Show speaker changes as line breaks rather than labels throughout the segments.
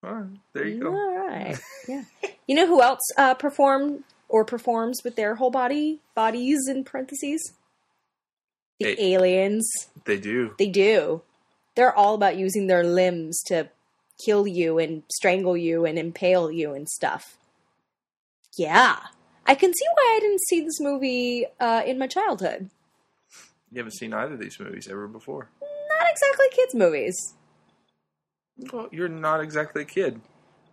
all right. There you go.
All right. Yeah. you know who else uh, performed or performs with their whole body? Bodies in parentheses? The
They-
aliens.
They do.
They do. They're all about using their limbs to kill you and strangle you and impale you and stuff. Yeah. I can see why I didn't see this movie uh, in my childhood.
You haven't seen either of these movies ever before.
Not exactly kids' movies.
Well, you're not exactly a kid.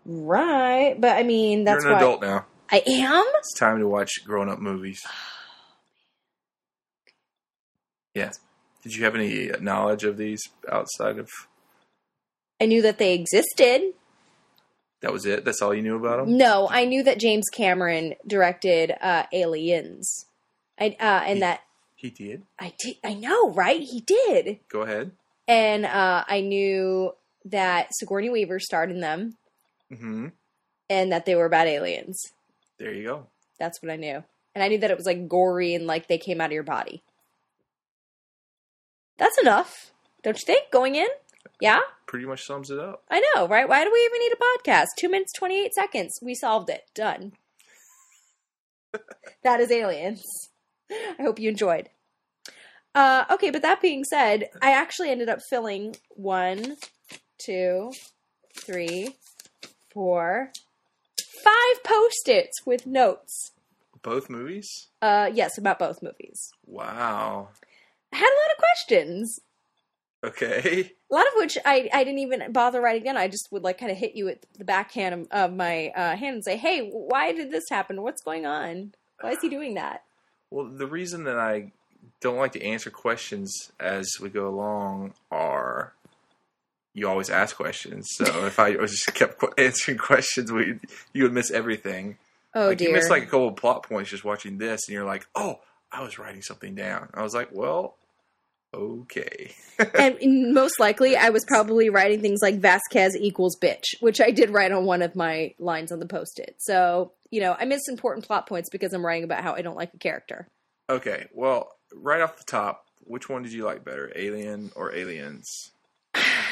Right, but I mean that's
you're an
why
adult now.
I am.
It's time to watch grown up movies. Yeah. Did you have any uh, knowledge of these outside of
I knew that they existed.
that? Was it? That's all you knew about them?
No, I knew that James Cameron directed uh, Aliens, I, uh, and that
He did.
I did. I know, right? He did,
Go ahead.
and uh, I knew that Sigourney Weaver starred in them,
hmm
and that they were about aliens.
There you go.
That's what I knew, and I knew that it was like gory and like they came out of your body. That's enough, don't you think? Going in, yeah.
Pretty much sums it up.
I know, right? Why do we even need a podcast? Two minutes, 28 seconds. We solved it. Done. that is aliens. I hope you enjoyed. Uh, okay, but that being said, I actually ended up filling one, two, three, four, five post its with notes.
Both movies.
Uh, yes, about both movies.
Wow.
I had a lot of questions.
Okay.
A lot of which I, I didn't even bother writing down. I just would like kind of hit you with the backhand of, of my uh, hand and say, "Hey, why did this happen? What's going on? Why is he doing that?"
Well, the reason that I don't like to answer questions as we go along are you always ask questions. So if I was just kept qu- answering questions, we you would miss everything.
Oh
like
dear.
you miss like a couple of plot points just watching this, and you're like, oh, I was writing something down. I was like, well, okay.
and most likely, I was probably writing things like Vasquez equals bitch, which I did write on one of my lines on the post-it. So you know, I miss important plot points because I'm writing about how I don't like a character.
Okay. Well, right off the top, which one did you like better, Alien or Aliens?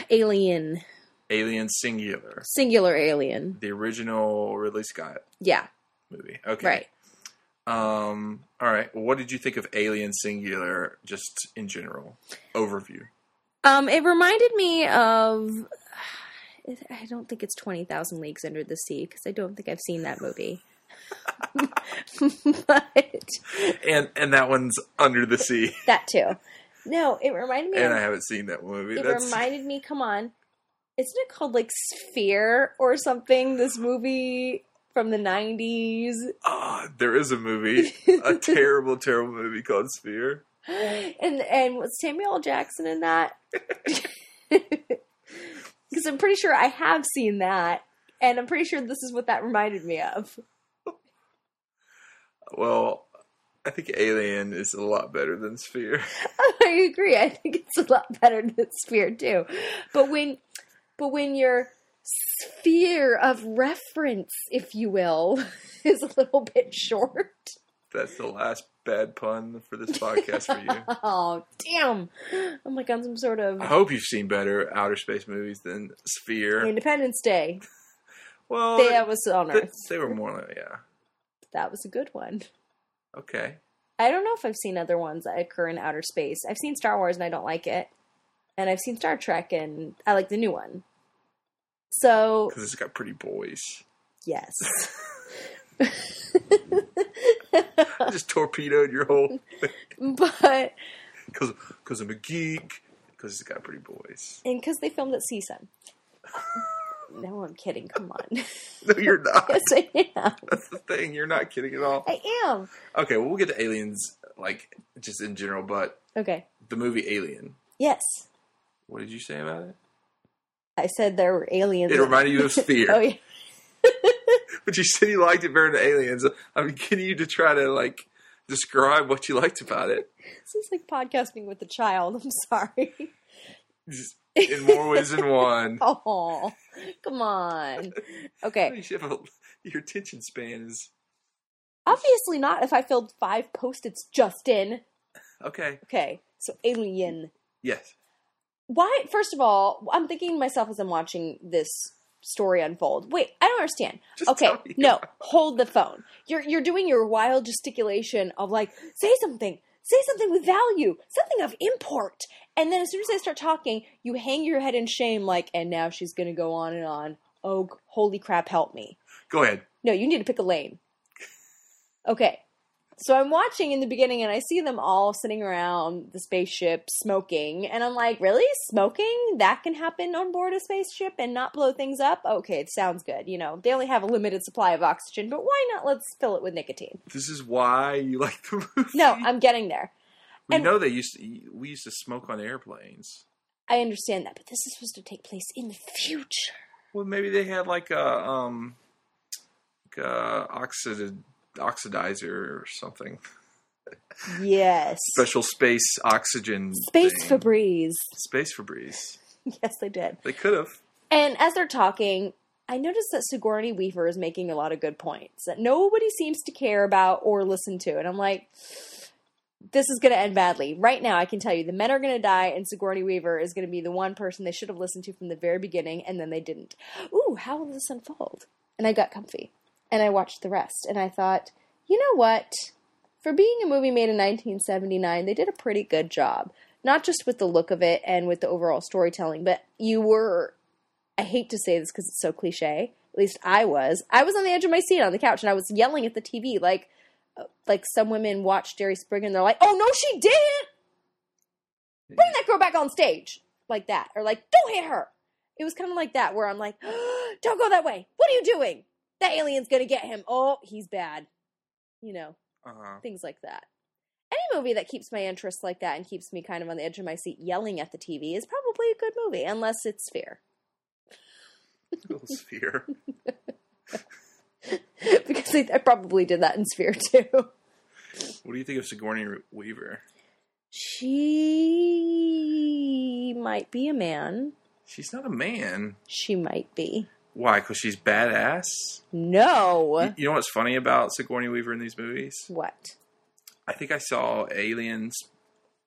Alien,
Alien singular,
singular alien.
the original Ridley Scott
Yeah,
movie. Okay.
right.
Um. All right. Well, what did you think of Alien Singular, just in general overview?
Um, it reminded me of. I don't think it's Twenty Thousand Leagues Under the Sea because I don't think I've seen that movie. but
And and that one's Under the Sea,
that too. No, it reminded me.
and I
of,
haven't seen that movie.
it
That's
reminded me. Come on, isn't it called like Sphere or something? This movie from the nineties.
ah, there is a movie, a terrible, terrible movie called Sphere.
and and was Samuel L. Jackson in that? Because I'm pretty sure I have seen that, and I'm pretty sure this is what that reminded me of.
Well, I think Alien is a lot better than Sphere.
I agree. I think it's a lot better than Sphere too. But when, but when your sphere of reference, if you will, is a little bit short.
That's the last bad pun for this podcast for you.
Oh damn! Oh my god, some sort of
I hope you've seen better outer space movies than Sphere.
Independence Day.
Well,
Day I was on
they,
Earth.
they were more like yeah.
That was a good one.
Okay.
I don't know if I've seen other ones that occur in outer space. I've seen Star Wars and I don't like it. And I've seen Star Trek and I like the new one. So,
Because it's got pretty boys.
yes.
I just torpedoed your whole.
but,
Because because I'm a geek. Because it's got pretty boys.
and because they filmed at CSUN. no, I'm kidding. Come on.
No, you're not.
yes, I am.
That's the thing. You're not kidding at all.
I am.
Okay, well, we'll get to aliens, like, just in general, but
Okay.
the movie Alien.
Yes.
What did you say about it?
I said there were aliens.
It
in-
reminded you of Sphere.
Oh, yeah.
But you said you liked it better than Aliens. I'm getting you to try to, like, describe what you liked about it
This is like podcasting with a child. I'm sorry.
Just in more ways than one.
Oh, come on. Okay.
You should have a, your attention span is.
Obviously not if I filled five post-its just in.
Okay,
Okay. So alien.
yes.
Why first of all, I'm thinking to myself as I'm watching this story unfold. Wait, I don't understand.
Just
okay.
tell me.
No, hold the phone. You're you're doing your wild gesticulation of like, say something. Say something with value, something of import. And then as soon as I start talking, you hang your head in shame like, and now she's going to go on and on. Oh, holy crap, help me.
Go ahead.
No, you need to pick a lane. Okay. So I'm watching in the beginning and I see them all sitting around the spaceship smoking. And I'm like, really? Smoking? That can happen on board a spaceship and not blow things up? Okay, it sounds good. You know, they only have a limited supply of oxygen, but why not let's fill it with nicotine?
This is why you like the movie.
No, I'm getting there.
we
and-
know they used to, we used to smoke on airplanes.
I understand that, but this is supposed to take place in the future.
Well, maybe they had like a um, like a oxid oxidizer or something.
Yes.
Special space oxygen.
Space
thing.
Febreze.
Space Febreze.
Yes, they did.
They could have.
And as they're talking, I noticed that Sigourney Weaver is making a lot of good points that nobody seems to care about or listen to. And I'm like, this is going to end badly. Right now, I can tell you the men are going to die, and Sigourney Weaver is going to be the one person they should have listened to from the very beginning, and then they didn't. Ooh, how will this unfold? And I got comfy, and I watched the rest, and I thought, you know what? For being a movie made in 1979, they did a pretty good job. Not just with the look of it and with the overall storytelling, but you were I hate to say this because it's so cliche. At least I was. I was on the edge of my seat on the couch and I was yelling at the TV like, uh, like some women watch Jerry Springer and they're like, "Oh no, she didn't! Bring that girl back on stage!" Like that, or like, "Don't hit her!" It was kind of like that where I'm like, "Don't go that way! What are you doing? That alien's gonna get him! Oh, he's bad!" You know,
Uh-huh.
things like that. Any movie that keeps my interest like that and keeps me kind of on the edge of my seat yelling at the TV is probably a good movie, unless it's Sphere.
Little sphere.
because I, I probably did that in Sphere too.
What do you think of Sigourney Weaver?
She might be a man.
She's not a man.
She might be.
Why? Because she's badass.
No.
You, you know what's funny about Sigourney Weaver in these movies?
What?
I think I saw Aliens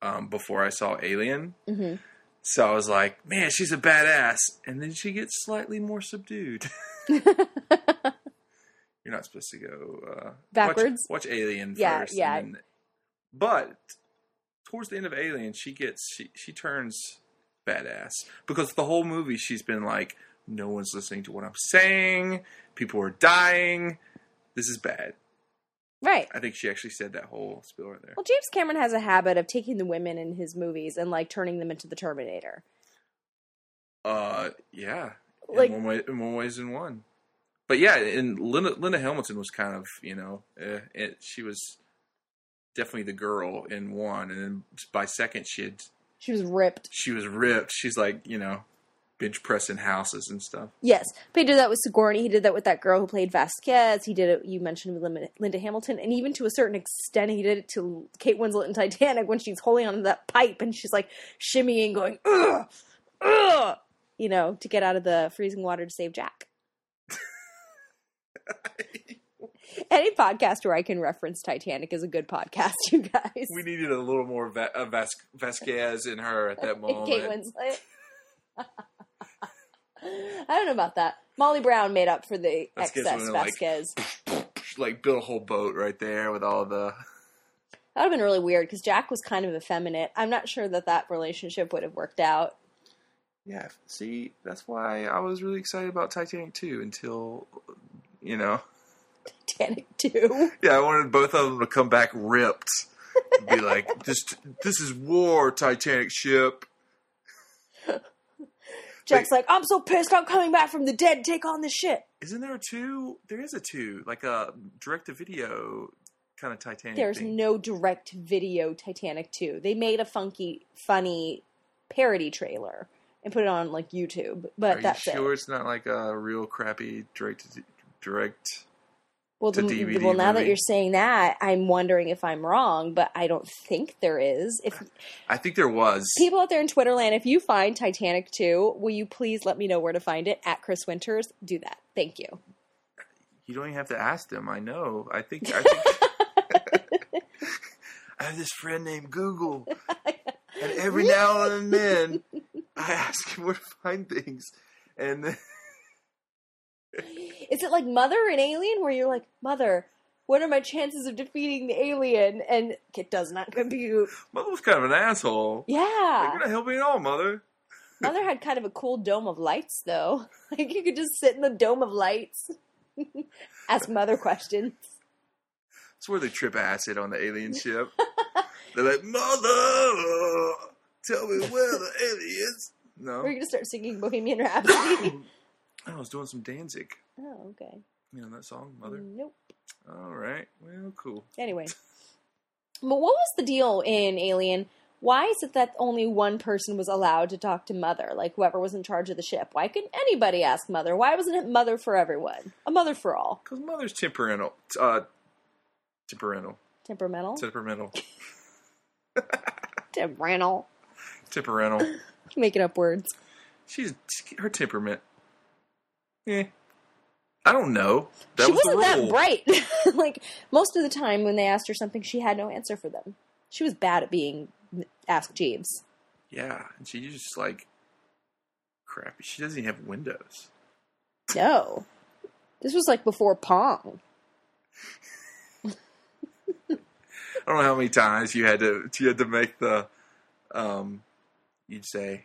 um, before I saw Alien.
Mhm.
So I was like, man, she's a badass. And then she gets slightly more subdued. You're not supposed to go uh, watch-
Backwards?
Watch, Alien
Yeah,
first.
yeah.
and then- but towards the end of Alien, she gets she, she turns badass because the whole movie she's been like, no one's listening to what I'm saying. People are dying. This is bad.
Right.
I think she actually said that whole spiel right there.
Well, James Cameron has a habit of taking the women in his movies and like turning them into the Terminator.
Uh, yeah,
Like-
in one way, in more ways than one. But yeah, and Linda, Linda Hamilton was kind of you know, eh, it, she was definitely the girl in one, and then by second she had
She was ripped.
she was ripped. She's like you know, bench pressing houses and stuff.
Yes, but he did that with Sigourney. He did that with that girl who played Vasquez. He did it. You mentioned with Lim- Linda Hamilton, and even to a certain extent, he did it to Kate Winslet in Titanic when she's holding onto that pipe and she's like shimmying, going, "Ugh, ugh," you know, to get out of the freezing water to save Jack. Any podcast where I can reference Titanic is a good podcast, you guys.
We needed a little more Va- uh, Vas- Vasquez in her at that
And
moment.
Kate Winslet. I don't know about that. Molly Brown made up for the
Vasquez
excess
would've, like,
Vasquez.
She, like built a whole boat right there with all the
That would have been really weird because Jack was kind of effeminate. I'm not sure that that relationship would have worked out.
Yeah, see, that's why I was really excited about Titanic 2 until, you know.
Titanic too.
Yeah, I wanted both of them to come back ripped. And be like, this this is war, Titanic ship.
Jack's like, I'm so pissed. I'm coming back from the dead. Take on this shit.
Isn't there a two? There is a two, like a direct to video kind of Titanic.
There's
thing.
no direct video Titanic 2. They made a funky, funny parody trailer and put it on like YouTube, but
Are
that's
you sure
it.
it's not like a real crappy direct to direct?
Well,
it's a
then-
DVD
well, now that
movie?
you're saying that, I'm wondering if I'm wrong, but I don't think there is. If
I think there was.
people out there in Twitterland, if you find Titanic 2, will you please let me know where to find it at Chris Winters? Do that. Thank you.
you don't even have to ask them. I know. I think. I, think I have this friend named Google, and every now and then I ask him where to find things, and then,
Is it like Mother and Alien, where you're like, Mother, what are my chances of defeating the alien? And it does not compute.
mother was kind of an asshole. Like,
Yeah.
you're not helping at all, mother.
Mother had kind of a cool dome of lights, though. Like you could just sit in the dome of lights, ask Mother questions.
That's where they trip acid on the alien ship. They're like, mother, uh, tell me where the aliens. No, Oh,
Or you could start singing Bohemian Rhapsody.
I was doing some Danzig.
oh, okay.
You know that song, mother.
Nope.
All right. Well, cool.
Anyway, but what was the deal in Alien? Why is it that only one person was allowed to talk to Mother? Like whoever was in charge of the ship. Why couldn't anybody ask Mother? Why wasn't it Mother for everyone? A mother for all.
Because mother's temperamental. Uh, temperamental.
Temperamental.
Temperamental.
Temperamental.
temperamental.
Making up words.
She's her temperament. Yeah. I don't know. That
she
was
wasn't
the
that
rule.
bright. like most of the time when they asked her something, she had no answer for them. She was bad at being asked Jeeves.
Yeah, and she's just like crappy. She doesn't even have windows.
No, this was like before Pong.
I don't know how many times you had to you had to make the um you'd say,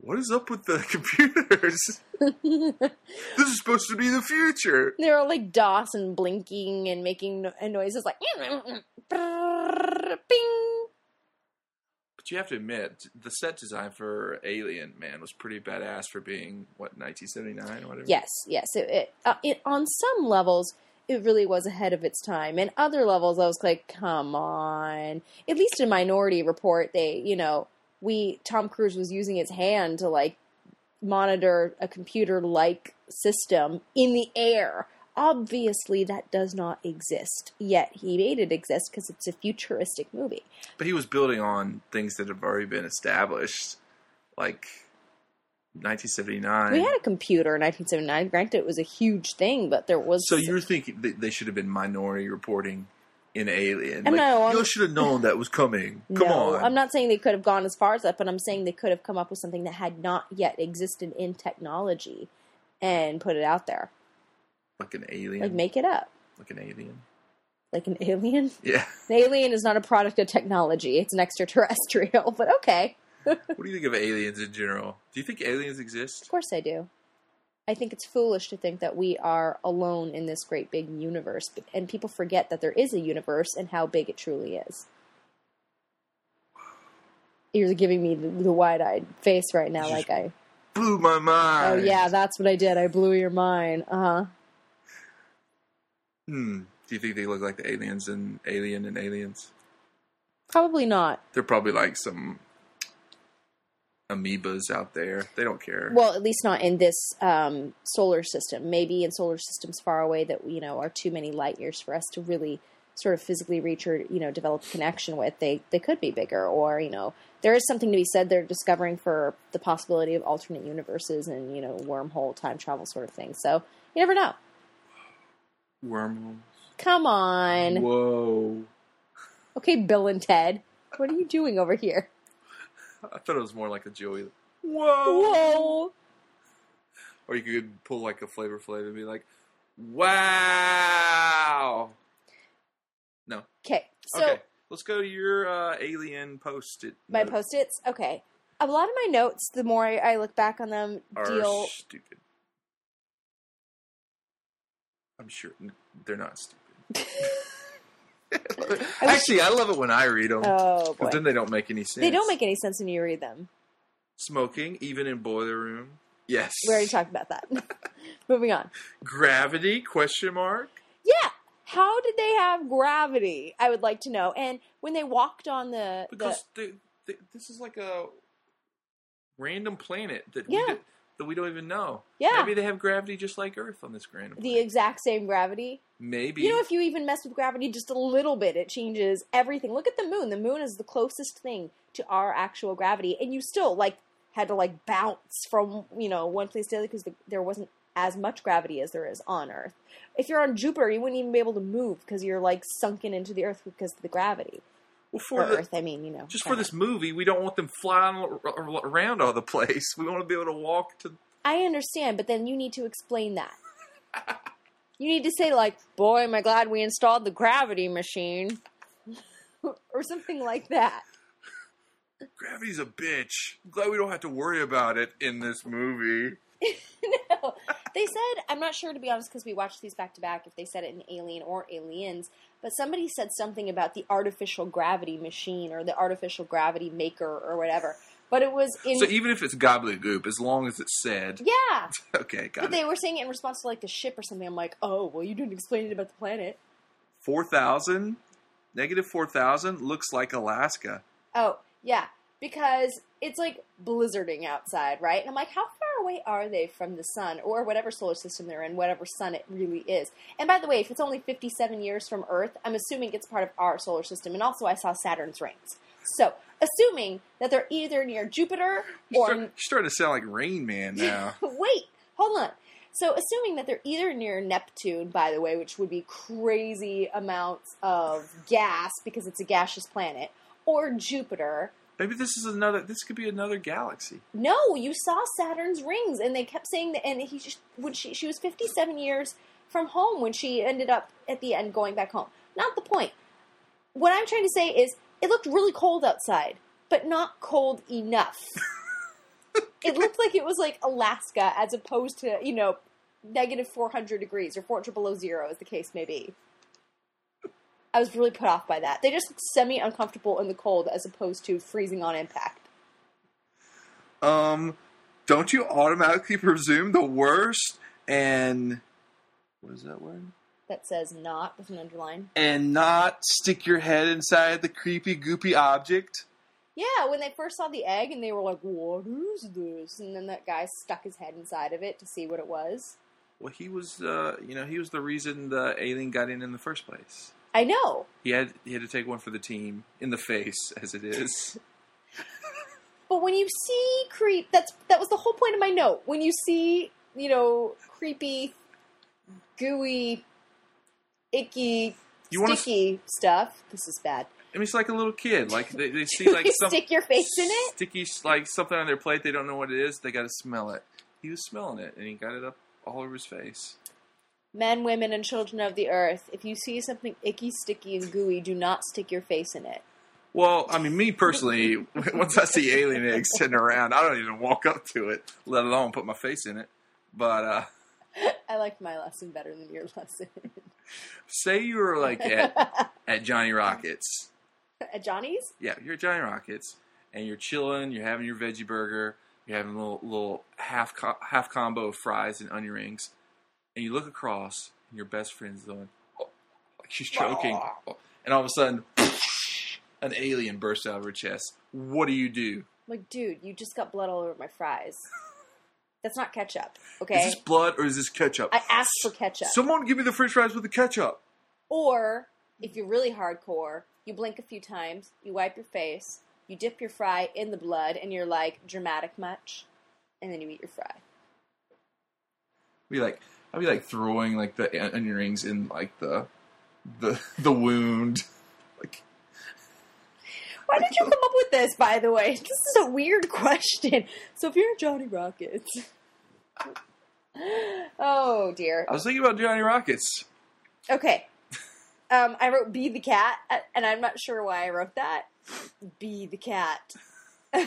What is up with the computers? this is supposed to be the future.
They were like DOS and blinking and making no- and noises like ping.
But you have to admit, the set design for Alien Man was pretty badass for being what 1979 or whatever.
Yes, yes. It, it, uh, it on some levels it really was ahead of its time, and other levels I was like, come on. At least in Minority Report, they you know we Tom Cruise was using his hand to like monitor a computer like system in the air. Obviously, that does not exist yet. He made it exist because it's a futuristic movie.
But he was building on things that have already been established, like 1979.
We had a computer in 1979. Granted, it was a huge thing, but there was
so you're thinking that they should have been minority reporting in Alien.
I'm
Like,
not- I'm-
you should have known that was coming. Come
no,
on.
I'm not saying they could have gone as far as that, but I'm saying they could have come up with something that had not yet existed in technology and put it out there.
like an alien.
Like make it up.
like an alien.
Like an alien.
Yeah.
An alien is not a product of technology. It's an extraterrestrial, but okay.
what do you think of aliens in general? Do you think aliens exist?
Of course I do. I think it's foolish to think that we are alone in this great big universe, but- and people forget that there is a universe and how big it truly is. You're giving me the, the wide-eyed face right now,
You
like
just-
I.
Blew my
Oh
mind.
yeah, that's what I did. I blew your mind. Uh huh.
Hmm. Do you think they look like the aliens in Alien and Aliens?
Probably not.
They're probably like some amoebas out there. They don't care.
Well, at least not in this um, solar system. Maybe in solar systems far away that you know are too many light years for us to really sort of physically reach or you know develop a connection with. They they could be bigger, or you know there is something to be said. They're discovering for the possibility of alternate universes and you know wormhole time travel sort of thing. So you never know.
Wormholes.
Come on,
Whoa.
okay, Bill and Ted, what are you doing over here?
I thought it was more like a Joey. Whoa.
Whoa.
Oh. Or you could pull like a Flavor Flav and be like, "Wow." No.
Okay, so
okay. Let's go to your uh, alien post it.
My post its? Okay. A lot of my notes, the more I, I look back on them,
are
deal.
stupid. I'm sure n- they're not stupid. Actually, I love it when I read them.
Oh, boy.
then they don't make any sense.
They don't make any sense when you read them.
smoking, even in boiler room. Yes.
We already talked about that. Moving on.
Gravity? Question mark.
Yeah. How did they have gravity? I would like to know. And when they walked on the, the
Because the, the, this is like a random planet that
Yeah.
we did, that we don't even know.
Yeah.
Maybe they have gravity just like Earth on this random.
the
planet.
exact same gravity,
Maybe.
you know, if you even mess with gravity just a little bit, it changes everything. Look at the moon. The moon is the closest thing to our actual gravity, and you still like had to like bounce from you know one place to the other because the, there wasn't as much gravity as there is on Earth. If you're on Jupiter, you wouldn't even be able to move because you're like sunken into the Earth because of the gravity.
well,
Or
for the,
Earth, I mean, you know,
just for this movie, we don't want them flying ar- ar- around all the place. We want to be able to walk to.
I understand, but then you need to explain that. you need to say like, "Boy, am I glad we installed the gravity machine," or something like that.
Gravity's a bitch. I'm glad we don't have to worry about it in this movie.
no. They said, I'm not sure to be honest because we watched these back to back if they said it in Alien or Aliens, but somebody said something about the artificial gravity machine or the artificial gravity maker or whatever. But it was in.
So even if it's gobbledygook, as long as it's said,
yeah.
okay, got
But
it.
they were saying it in response to like the ship or something. I'm like, oh, well, you didn't explain it about the planet.
Four thousand, negative four thousand looks like Alaska.
Oh, yeah. Because it's like blizzarding outside, right? And I'm like, how far away are they from the sun or whatever solar system they're in, whatever sun it really is? And by the way, if it's only 57 years from Earth, I'm assuming it's part of our solar system. And also, I saw Saturn's rings. So, assuming that they're either near Jupiter
You're,
or
start- you're starting to sound like Rain Man now.
Wait, hold on. So, assuming that they're either near Neptune, by the way, which would be crazy amounts of gas because it's a gaseous planet, or Jupiter.
Maybe this is another. This could be another galaxy.
No, you saw Saturn's rings, and they kept saying that. And he sh- when she she was fifty seven years from home when she ended up at the end going back home. Not the point. What I'm trying to say is, it looked really cold outside, but not cold enough. it looked like it was like Alaska, as opposed to you know negative four hundred degrees or four hundred below zero, as the case may be. I was really put off by that. They just looked semi uncomfortable in the cold, as opposed to freezing on impact.
Um, don't you automatically presume the worst? And what is that word?
that says not with an underline.
And not stick your head inside the creepy goopy object.
Yeah, when they first saw the egg and they were like, what is this? And then that guy stuck his head inside of it to see what it was.
Well, he was, uh, you know, he was the reason the alien got in in the first place.
I know.
He had he had to take one for the team in the face, as it is.
But when you see creep, that's that was the whole point of my note. When you see, you know, creepy, gooey, icky,
You wanna
sticky stuff. This is bad.
I mean, it's like a little kid. Like they, they see like
you
some
stick your face in it.
sticky, like something on their plate. They don't know what it is. They got to smell it. He was smelling it, and he got it up all over his face.
Men, women, and children of the earth. If you see something icky, sticky, and gooey, do not stick your face in it.
Well, I mean, me personally, once I see alien eggs sitting around, I don't even walk up to it, let alone put my face in it. But uh,
I liked my lesson better than your lesson.
say you were like at, at Johnny Rockets.
At Johnny's?
Yeah, you're at Johnny Rockets, and you're chilling. You're having your veggie burger. You're having a little little half co- half combo of fries and onion rings, and you look across, and your best friend's going, oh, like she's choking, Oh. and all of a sudden, an alien bursts out of her chest. What do you do?
I'm like, dude, you just got blood all over my fries. That's not ketchup,
Is
okay?
this blood or is this ketchup?
I asked for ketchup.
Someone give me the French fries with the ketchup.
or, if you're really hardcore, you blink a few times, you wipe your face, you dip your fry in the blood, and you're like, dramatic much? And then you eat your fry.
Be like, I'd be like throwing like the on- onion rings in like the the the wound. Like,
Why did you come up with this, by the way? This is a weird question. So if you're Johnny Rockets. Oh, dear.
I was thinking about Johnny Rockets.
Okay. Um, I wrote "Be the Cat," uh, and I'm not sure why I wrote that. Be the cat. I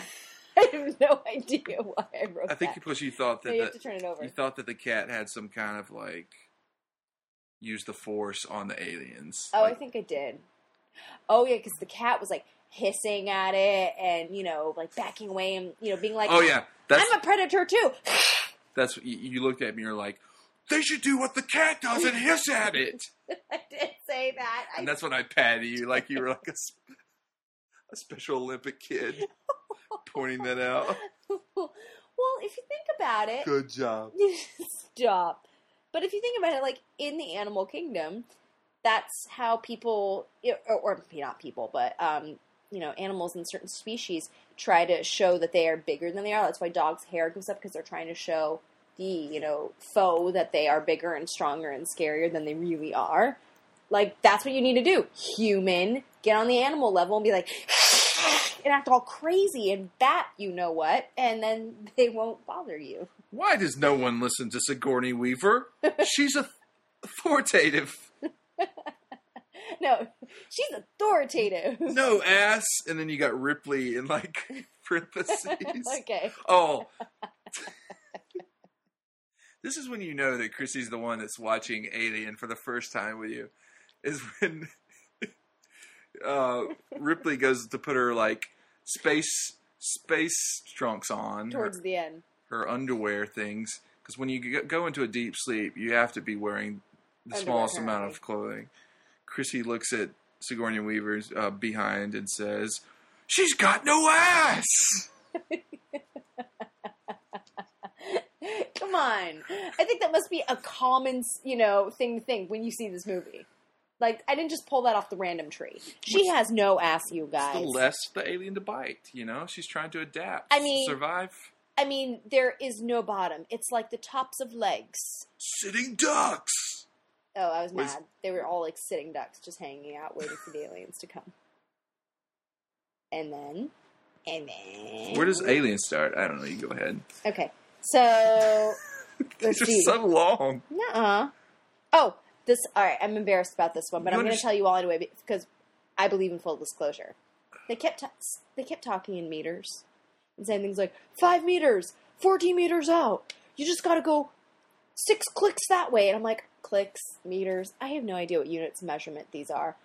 have no idea why I wrote
I
that.
think because you thought that
No, you
the,
have to turn it over.
you thought that the cat had some kind of like use the force on the aliens.
Oh, I
Like,
think I did. Oh yeah, because the cat was like hissing at it, and you know, like backing away, and you know, being like,
oh yeah, that's
I'm a predator too."
that's you, you looked at me. You're like, they should do what the cat does and hiss at it.
I did say that. I
And that's when I patted you, like you were like a, s- a special Olympic kid, pointing that out.
well, if you think about it,
Good job.
Stop. But if you think about it, like in the animal kingdom, that's how people, or, or not people, but um, you know, animals in certain species try to show that they are bigger than they are. That's why dogs' hair goes up because they're trying to show the you know foe that they are bigger and stronger and scarier than they really are. Like that's what you need to do, human. Get on the animal level and be like, and act all crazy and bat, you know what, and then they won't bother you.
Why does no one listen to Sigourney Weaver? She's a authoritative.
No, she's authoritative.
No ass, and then you got Ripley in like parentheses.
okay.
Oh. this is when you know that Chrissy's the one that's watching Alien for the first time with you. Is when uh, Ripley goes to put her like space space trunks on her-
Towards the end.
her underwear things because when you g- go into a deep sleep, you have to be wearing the
Underwear,
smallest amount
apparently.
of clothing. Chrissy looks at Sigourney Weaver's uh, behind and says, "She's got no ass."
Come on. I think that must be a common, you know, thing to think when you see this movie. Like, I didn't just pull that off the random tree. She has no ass, you
It's
guys.
the less the alien to bite, you know. She's trying to adapt.
I mean-
survive.
I mean, there is no bottom. It's like the tops of legs.
Sitting ducks.
Oh, I was
Was-
mad. They were all like sitting ducks, just hanging out, waiting for the aliens to come. And then, and then.
Where does Alien start? I don't know. You go ahead.
Okay, so let's
It's
see.
just so long.
Nuh-uh. Oh, this. All right, I'm embarrassed about this one, but
You
I'm going to
underst-
tell you all anyway because I believe in full disclosure. They kept t- they kept talking in meters and saying things like five meters, fourteen meters out. You just got to go six clicks that way, and I'm like clicks, meters. I have no idea what units of measurement these are.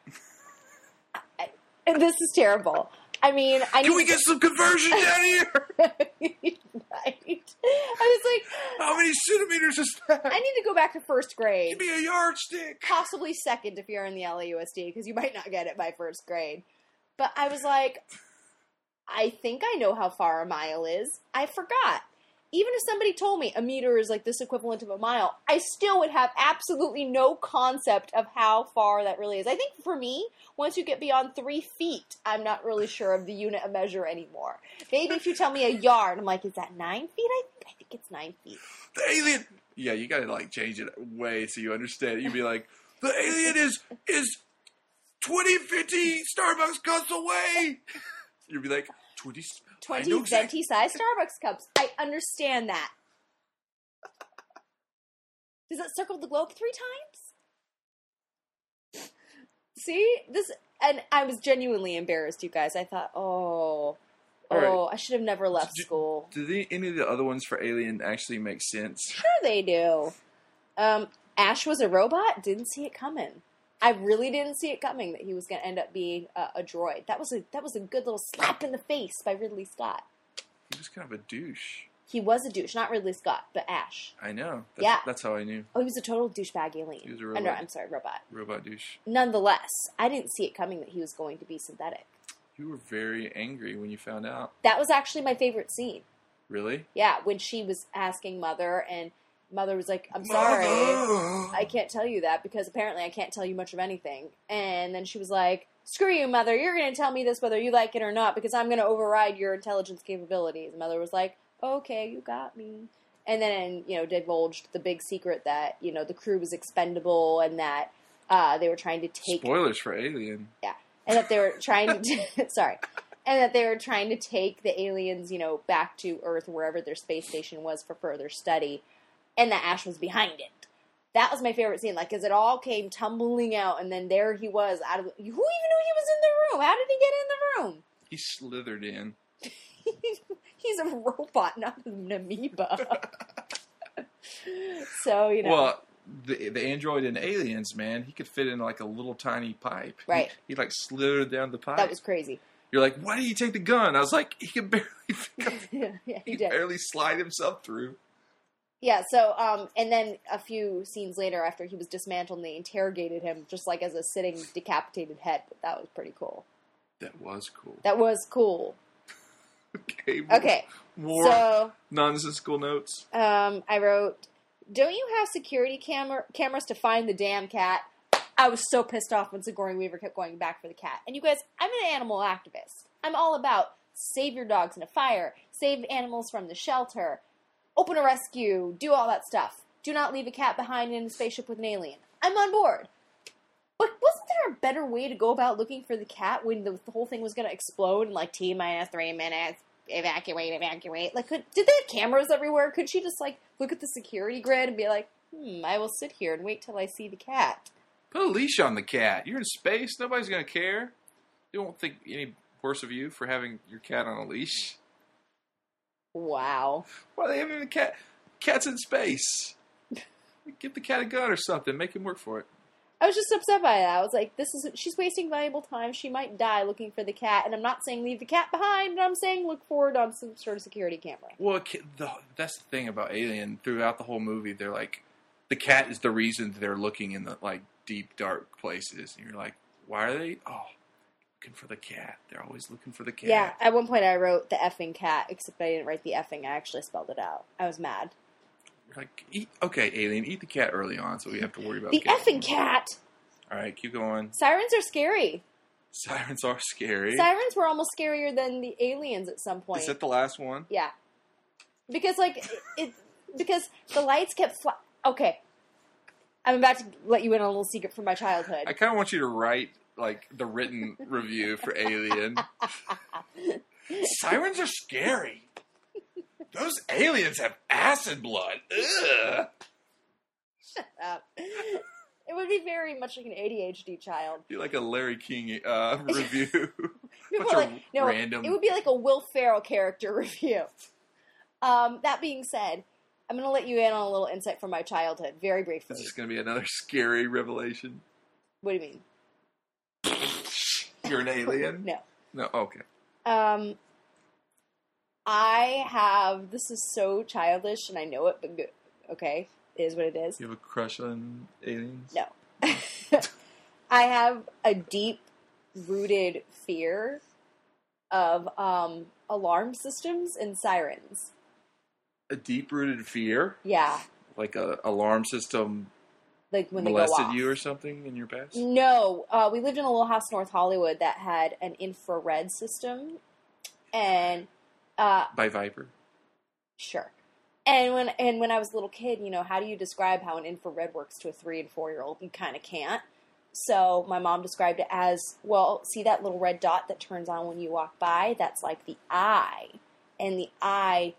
I- I- and this is terrible. I mean, I
Can
need
we get some conversion down here?
right. I was like,
How many centimeters is that?
I need to go back to first grade.
Give me a yardstick.
possibly second if you're in the LAUSD because you might not get it by first grade. But I was like, I think I know how far a mile is. I forgot. Even if somebody told me a meter is like this equivalent of a mile, I still would have absolutely no concept of how far that really is. I think for me, once you get beyond three feet, I'm not really sure of the unit of measure anymore. Maybe if you tell me a yard, I'm like, is that nine feet? I think I think it's nine feet.
the alien. Yeah, you gotta like change it way so you understand. it. You'd be like, the alien is is twenty fifty Starbucks cups away. You'd be like twenty. I
20
know
venti size
exact-
Starbucks cups. I understand that. Does it circle the globe three times? See? This and I was genuinely embarrassed, you guys. I thought, oh,
All right.
oh, I should have never left
Did-
school.
Do the, any of the other ones for Alien actually make sense?
Sure they do. Um, Ash was a robot. Didn't see it coming. I really didn't see it coming that he was going to end up being uh, a droid. That was a that was a good little slap in the face by Ridley Scott.
He was kind of a douche.
He was a douche, not Ridley Scott, but Ash.
I know. That's,
Yeah.
That's how I knew.
Oh, he was a total douchebag alien.
He was a
Uh,
robot.
no, I'm sorry, robot.
Robot douche.
Nonetheless, I didn't see it coming that he was going to be synthetic.
You were very angry when you found out.
That was actually my favorite scene.
Really?
Yeah, when she was asking Mother, and Mother was like, I'm sorry. I can't tell you that because apparently I can't tell you much of anything. And then she was like, Screw you, Mother. You're going to tell me this whether you like it or not because I'm going to override your intelligence capabilities. Mother was like, Okay, you got me. And then, you know, divulged the big secret that, you know, the crew was expendable and that uh, they were trying to take
Spoilers for Alien.
and that they were trying to sorry and that they were trying to take the aliens you know back to earth wherever their space station was for further study and that ash was behind it That was my favorite scene, like, because it all came tumbling out, and then there he was out of. Who even knew he was in the room? How did he get in the room?
He slithered in.
He's a robot, not an amoeba. so you know,
Well, the the android in Aliens, man, he could fit in like a little tiny pipe. He-
Right.
He, like slithered down the pipe.
that was crazy.
You're like, why did he take the gun? I was like, he could barely pick up,
yeah,
he
he
could
did.
barely slide himself through.
Yeah, so um and then a few scenes later after he was dismantled they interrogated him just like as a sitting decapitated head, but that was pretty cool.
That was cool.
That was cool.
okay. More,
Okay.
More
So
nonsensical notes.
um I wrote Don't you have security camera cameras to find the damn cat? I was so pissed off when Sigourney Weaver kept going back for the cat. And you guys, I'm an animal activist. I'm all about save your dogs in a fire, save animals from the shelter, open a rescue, do all that stuff. Do not leave a cat behind in a spaceship with an alien. I'm on board. But wasn't there a better way to go about looking for the cat when the, the whole thing was going to explode in like T minus three minutes? Evacuate, evacuate. Like, could, did they have cameras everywhere? Could she just like look at the security grid and be like, hmm, I will sit here and wait till I see the cat?
Put a leash on the cat. You're in space. Nobody's gonna care. They won't think any worse of you for having your cat on a leash.
Wow.
Why they having a cat? Cats in space. Give the cat a gun or something. Make him work for it.
I was just upset by that. I was like, this is she's wasting valuable time. She might die looking for the cat, and I'm not saying leave the cat behind, but I'm saying look forward on some sort of security camera.
Well, a ki- the, that's the thing about Alien. Throughout the whole movie, they're like, the cat is the reason they're looking in the like deep dark places, and you're like, why are they? Oh, looking for the cat. They're always looking for the cat.
Yeah, at one point I wrote the effing cat, except I didn't write the effing. I actually spelled it out. I was mad.
You're like, eat, okay, Alien, eat the cat early on, so we have to worry about
The
cat
effing
anymore.
cat!
All right, keep going.
Sirens are scary.
Sirens are scary.
Sirens were almost scarier than the aliens at some point.
Is that the last one?
Yeah. Because like it, it because the lights kept fla- Okay. I'm about to let you in on a little secret from my childhood.
I kind of want you to write like the written review for Alien. Sirens are scary. Those aliens have acid blood. Ugh.
up. Uh, It would be very much like an ADHD child.
Be like a Larry King uh, review.
People
Bunch
are
of
like, no,
random-
it would be like a Will Ferrell character review. Um, that being said, I'm going to let you in on a little insight from my childhood, very briefly.
this is going to be another scary revelation.
What do you mean?
You're an alien.
No.
No, okay.
Um, I have. This is so childish, and I know it, but go- okay, it is what it is.
You have a crush on aliens?
No. I have a deep rooted fear of um, alarm systems and sirens.
A deep-rooted fear,
Yeah,
like a alarm system
like when they
molested
go off.
you or something in your past.
No, uh, we lived in a little house in North Hollywood that had an infrared system, and uh,
By Viper.
Sure. And when and when I was a little kid, you know, how do you describe how an infrared works to a three and four year old? You kind of can't. So my mom described it as well. See that little red dot that turns on when you walk by? That's like the eye, and the eye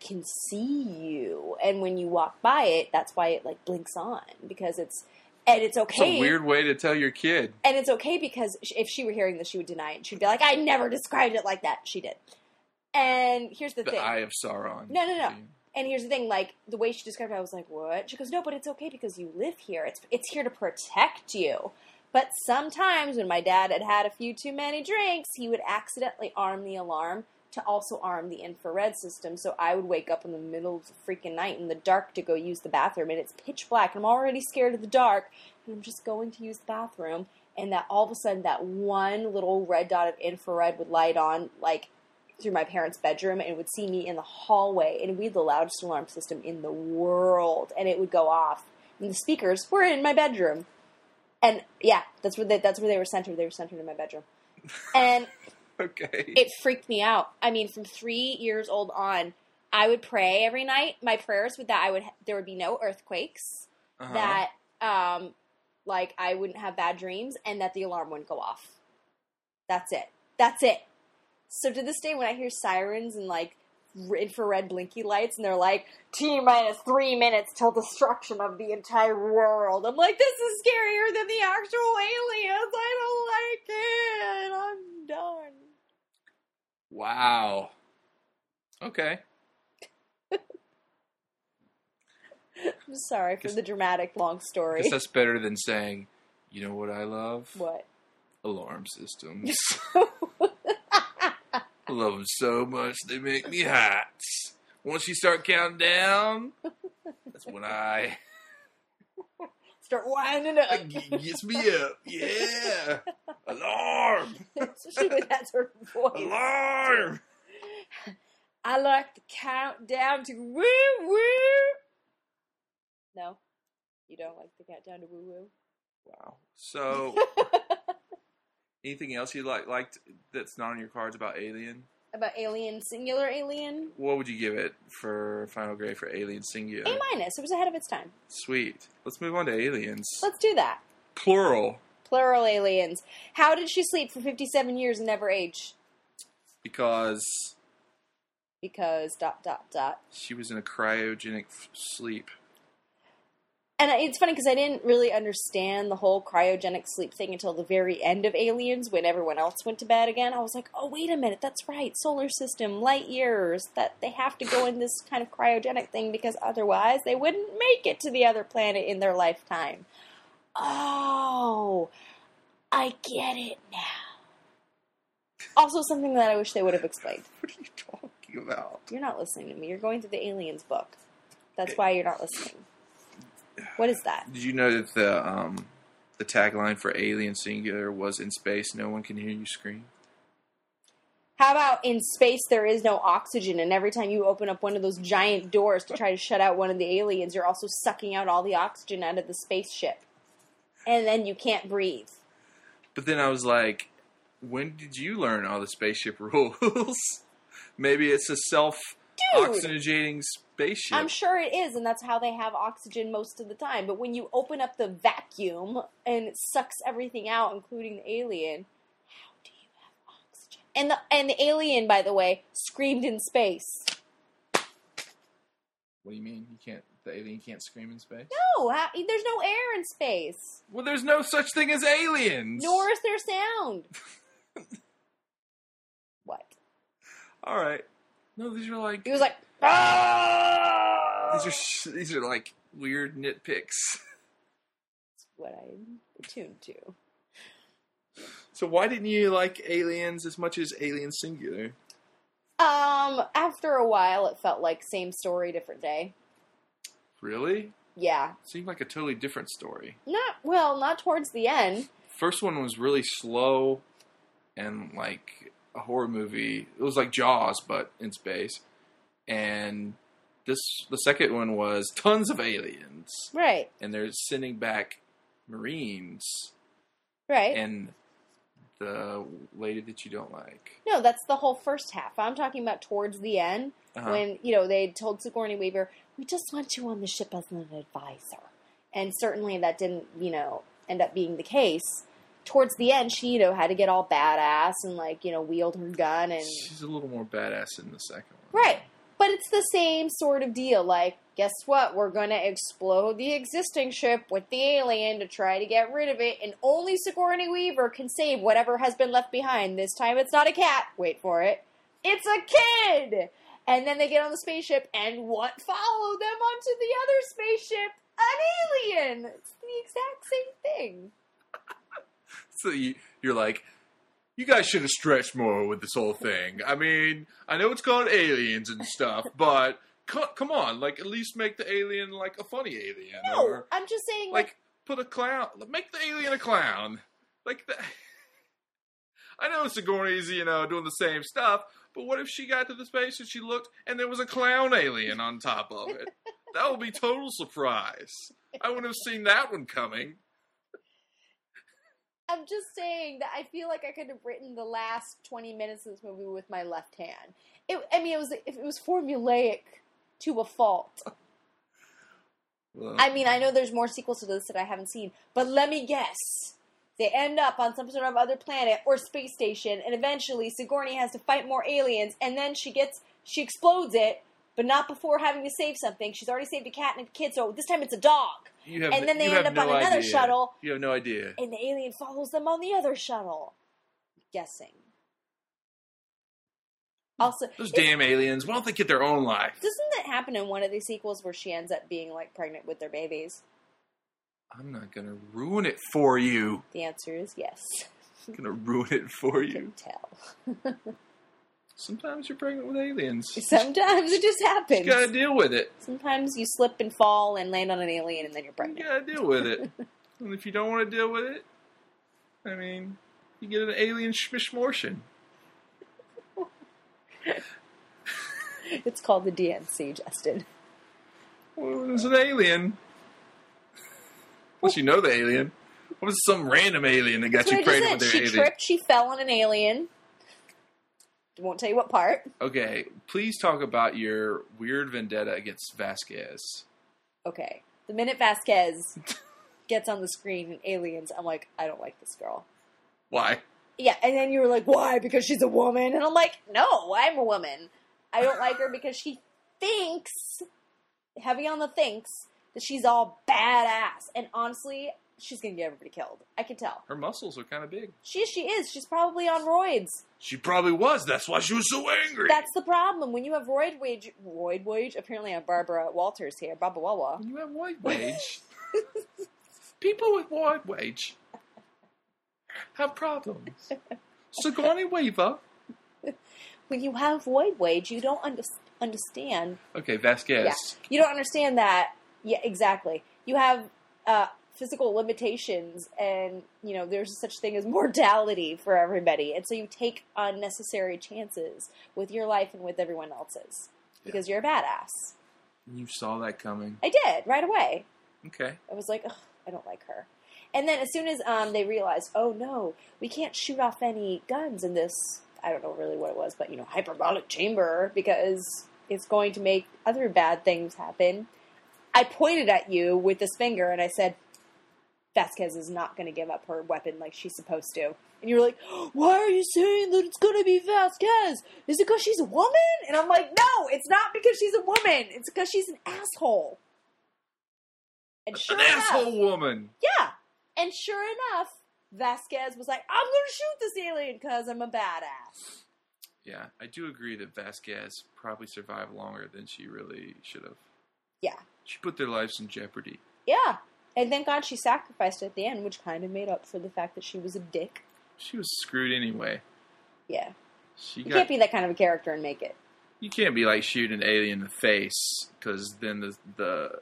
can see you. And when you walk by it, that's why it like blinks on because it's and it's
It's
okay.
a weird way to tell your kid.
And it's okay because sh- if she were hearing this, she would deny it. She'd be like, "I never described it like that." She did. And here's the,
the
thing.
Eye of Sauron.
No, no, no.
scene.
And here's the thing, like the way she described it, I was like, "What?" She goes, "No, but it's okay because you live here. It's it's here to protect you." But sometimes when my dad had had a few too many drinks, he would accidentally arm the alarm to also arm the infrared system. So I would wake up in the middle of the freaking night in the dark to go use the bathroom, and it's pitch black. And I'm already scared of the dark, and I'm just going to use the bathroom, and that all of a sudden that one little red dot of infrared would light on, like through my parents' bedroom and would see me in the hallway. And we had the loudest alarm system in the world, and it would go off. And the speakers were in my bedroom. And yeah, that's where they, that's where they were centered. They were centered in my bedroom, and
Okay.
it freaked me out. I mean, from three years old on, I would pray every night. My prayers would that I would there would be no earthquakes,
Uh-huh.
that um, like I wouldn't have bad dreams, and that the alarm wouldn't go off. That's it. That's it. So to this day, when I hear sirens and like r- infrared blinky lights, and they're like, T minus three minutes till destruction of the entire world. I'm like, this is scarier than the actual aliens. I don't like it. I'm done.
Wow. Okay.
I'm sorry for
Guess-
the dramatic long
I
story.
guess that's better than saying, you know what I love?
What?
Alarm systems. I love them so much, they make me hot. Once you start counting down, that's when I.
Start winding up.
It gets me up. Yeah. Alarm!
Especially with that sort of voice.
Alarm!
I like the countdown to woo woo. No, you don't like the countdown to woo woo.
Wow. So, anything else you like liked that's not on your cards about Alien?
About Alien, singular Alien.
What would you give it for final grade for Alien Singular?
A minus. It was ahead of its time.
Sweet. Let's move on to aliens.
Let's do that.
Plural,
Plural aliens. How did she sleep for 57 years and never age?
because
Because dot dot dot.
she was in a cryogenic f- sleep.
And I- it's funny because I didn't really understand the whole cryogenic sleep thing until the very end of Aliens when everyone else went to bed again. I was like, oh, wait a minute, that's right, solar system, light years, that they have to go in this kind of cryogenic thing because otherwise they wouldn't make it to the other planet in their lifetime. Oh, I get it now. Also, something that I wish they would have explained.
What are you talking about?
You're not listening to me. You're going through the Aliens book. That's why you're not listening. What is that?
Did you know that the um, the tagline for Alien Singular was "In space, no one can hear you scream."
How about in space there is no oxygen, and every time you open up one of those giant doors to try to shut out one of the aliens, you're also sucking out all the oxygen out of the spaceship. And then you can't breathe.
But then I was like, "When did you learn all the spaceship rules? Maybe it's a self oxygenating spaceship."
I'm sure it is, and that's how they have oxygen most of the time. But when you open up the vacuum and it sucks everything out, including the alien, how do you have oxygen? And the and the alien, by the way, screamed in space.
What do you mean? You can't? The alien can't scream in space?
No, how, there's no air in space,
Well, there's no such thing as aliens.
nor is there sound. what?
All right. No, these are like
He was like, ah!
these are sh- these are like weird nitpicks.
"That's what I'm attuned to."
So why didn't you like aliens as much as Alien Singular?
Um, after a while, it felt like same story, different day.
Really?
Yeah,
Seemed like a totally different story.
not well, not towards the end.
First one was really slow and like a horror movie. It was like Jaws but in space. And this the second one was tons of aliens
Right,
and they're sending back marines
right.
and the lady that you don't like.
no, that's the whole first half. I'm talking about towards the end
Uh-huh.
when you know they told Sigourney Weaver, "We just want you on the ship as an advisor," and certainly that didn't, you know, end up being the case. Towards the end, she you know had to get all badass and like you know wield her gun and
She's a little more badass in the second one.
Right. But it's the same sort of deal. Like, guess what? We're going to explode the existing ship with the alien to try to get rid of it, and only Sigourney Weaver can save whatever has been left behind. This time it's not a cat. Wait for it. It's a kid! And then they get on the spaceship, and what followed them onto the other spaceship? An alien! It's the exact same thing.
So you, you're like, you guys should have stretched more with this whole thing. I mean, I know it's called aliens and stuff, but co- come on, like at least make the alien like a funny alien,
No,
or
I'm just saying, like,
like put a clown, make the alien a clown, like that. I know Sigourney's, you know, doing the same stuff, but what if she got to the space and she looked and there was a clown alien on top of it? that would be total surprise. I wouldn't have seen that one coming.
I'm just saying that I feel like I could have written the last 20 minutes of this movie with my left hand. It, I mean, it was if it was formulaic to a fault.
Well,
I mean, I know there's more sequels to this that I haven't seen, but let me guess. They end up on some sort of other planet or space station, and eventually Sigourney has to fight more aliens, and then she gets She explodes it, but not before having to save something. She's already saved a cat and a kid, so this time it's a dog.
You have,
And then they
you
end
have
up on
no
another
idea.
shuttle.
You have no idea.
And the alien follows them on the other shuttle. Guessing. Also,
Those
it-
damn aliens. Why don't they get their own life?
doesn't that happen in one of the sequels where she ends up being like pregnant with their babies?
I'm not gonna ruin it for you.
The answer is yes.
I'm gonna ruin it for
You
you.
can tell.
Sometimes you're pregnant with aliens. You
Sometimes it just happens.
just gotta deal with it.
Sometimes you slip and fall and land on an alien and then you're
You
pregnant.
gotta deal with it. and if you don't want to deal with it, I mean, you get an alien schmishmortion.
It's called the DNC, Justin.
Well, it's an alien. Unless you know the alien. What was some random alien that got
That's
you
what I
pregnant with
just
their
said. She
alien?
tripped, she fell on an alien. Won't tell you what part.
Okay, please talk about your weird vendetta against Vasquez.
Okay. The minute Vasquez gets on the screen in Aliens, I'm like, I don't like this girl.
Why?
Yeah, and then you were like, why? Because she's a woman. And I'm like, no, I'm a woman. I don't like her because she thinks, heavy on the thinks, that she's all badass. And honestly, she's going to get everybody killed. I can tell.
Her muscles are kind of big.
She she is. She's probably on roids.
She probably was. That's why she was so angry.
That's the problem. When you have roid wage, roid wage, apparently I'm Barbara Walters here, Baba Wawa.
you have white wage. People with white wage have problems. Sigourney Weaver.
When you have roid wage, you don't under, understand
Okay, Vasquez.
Yeah. You don't understand that. Yeah, exactly. You have uh, physical limitations, and you know there's such thing as mortality for everybody, and so you take unnecessary chances with your life and with everyone else's because you're a badass.
You saw that coming.
I did right away.
Okay.
I was like, Ugh, I don't like her. And then as soon as um, they realized, oh no, we can't shoot off any guns in this. I don't know really what it was, but you know, hyperbolic chamber because it's going to make other bad things happen. I pointed at you with this finger and I said, Vasquez is not going to give up her weapon like she's supposed to. And you were like, why are you saying that it's going to be Vasquez? Is it because she's a woman? And I'm like, no, it's not because she's a woman. It's because she's an asshole. And sure
An
enough-
asshole woman.
yeah. And sure enough, Vasquez was like, I'm going to shoot this alien because I'm a badass.
Yeah, I do agree that Vasquez probably survived longer than she really should have.
Yeah.
She put their lives in jeopardy.
Yeah. And thank God she sacrificed at the end, which kind of made up for the fact that she was a dick.
She was screwed anyway.
Yeah.
She
You
got,
can't be that kind of a character and make it.
you can't be like shooting an alien in the face because then the the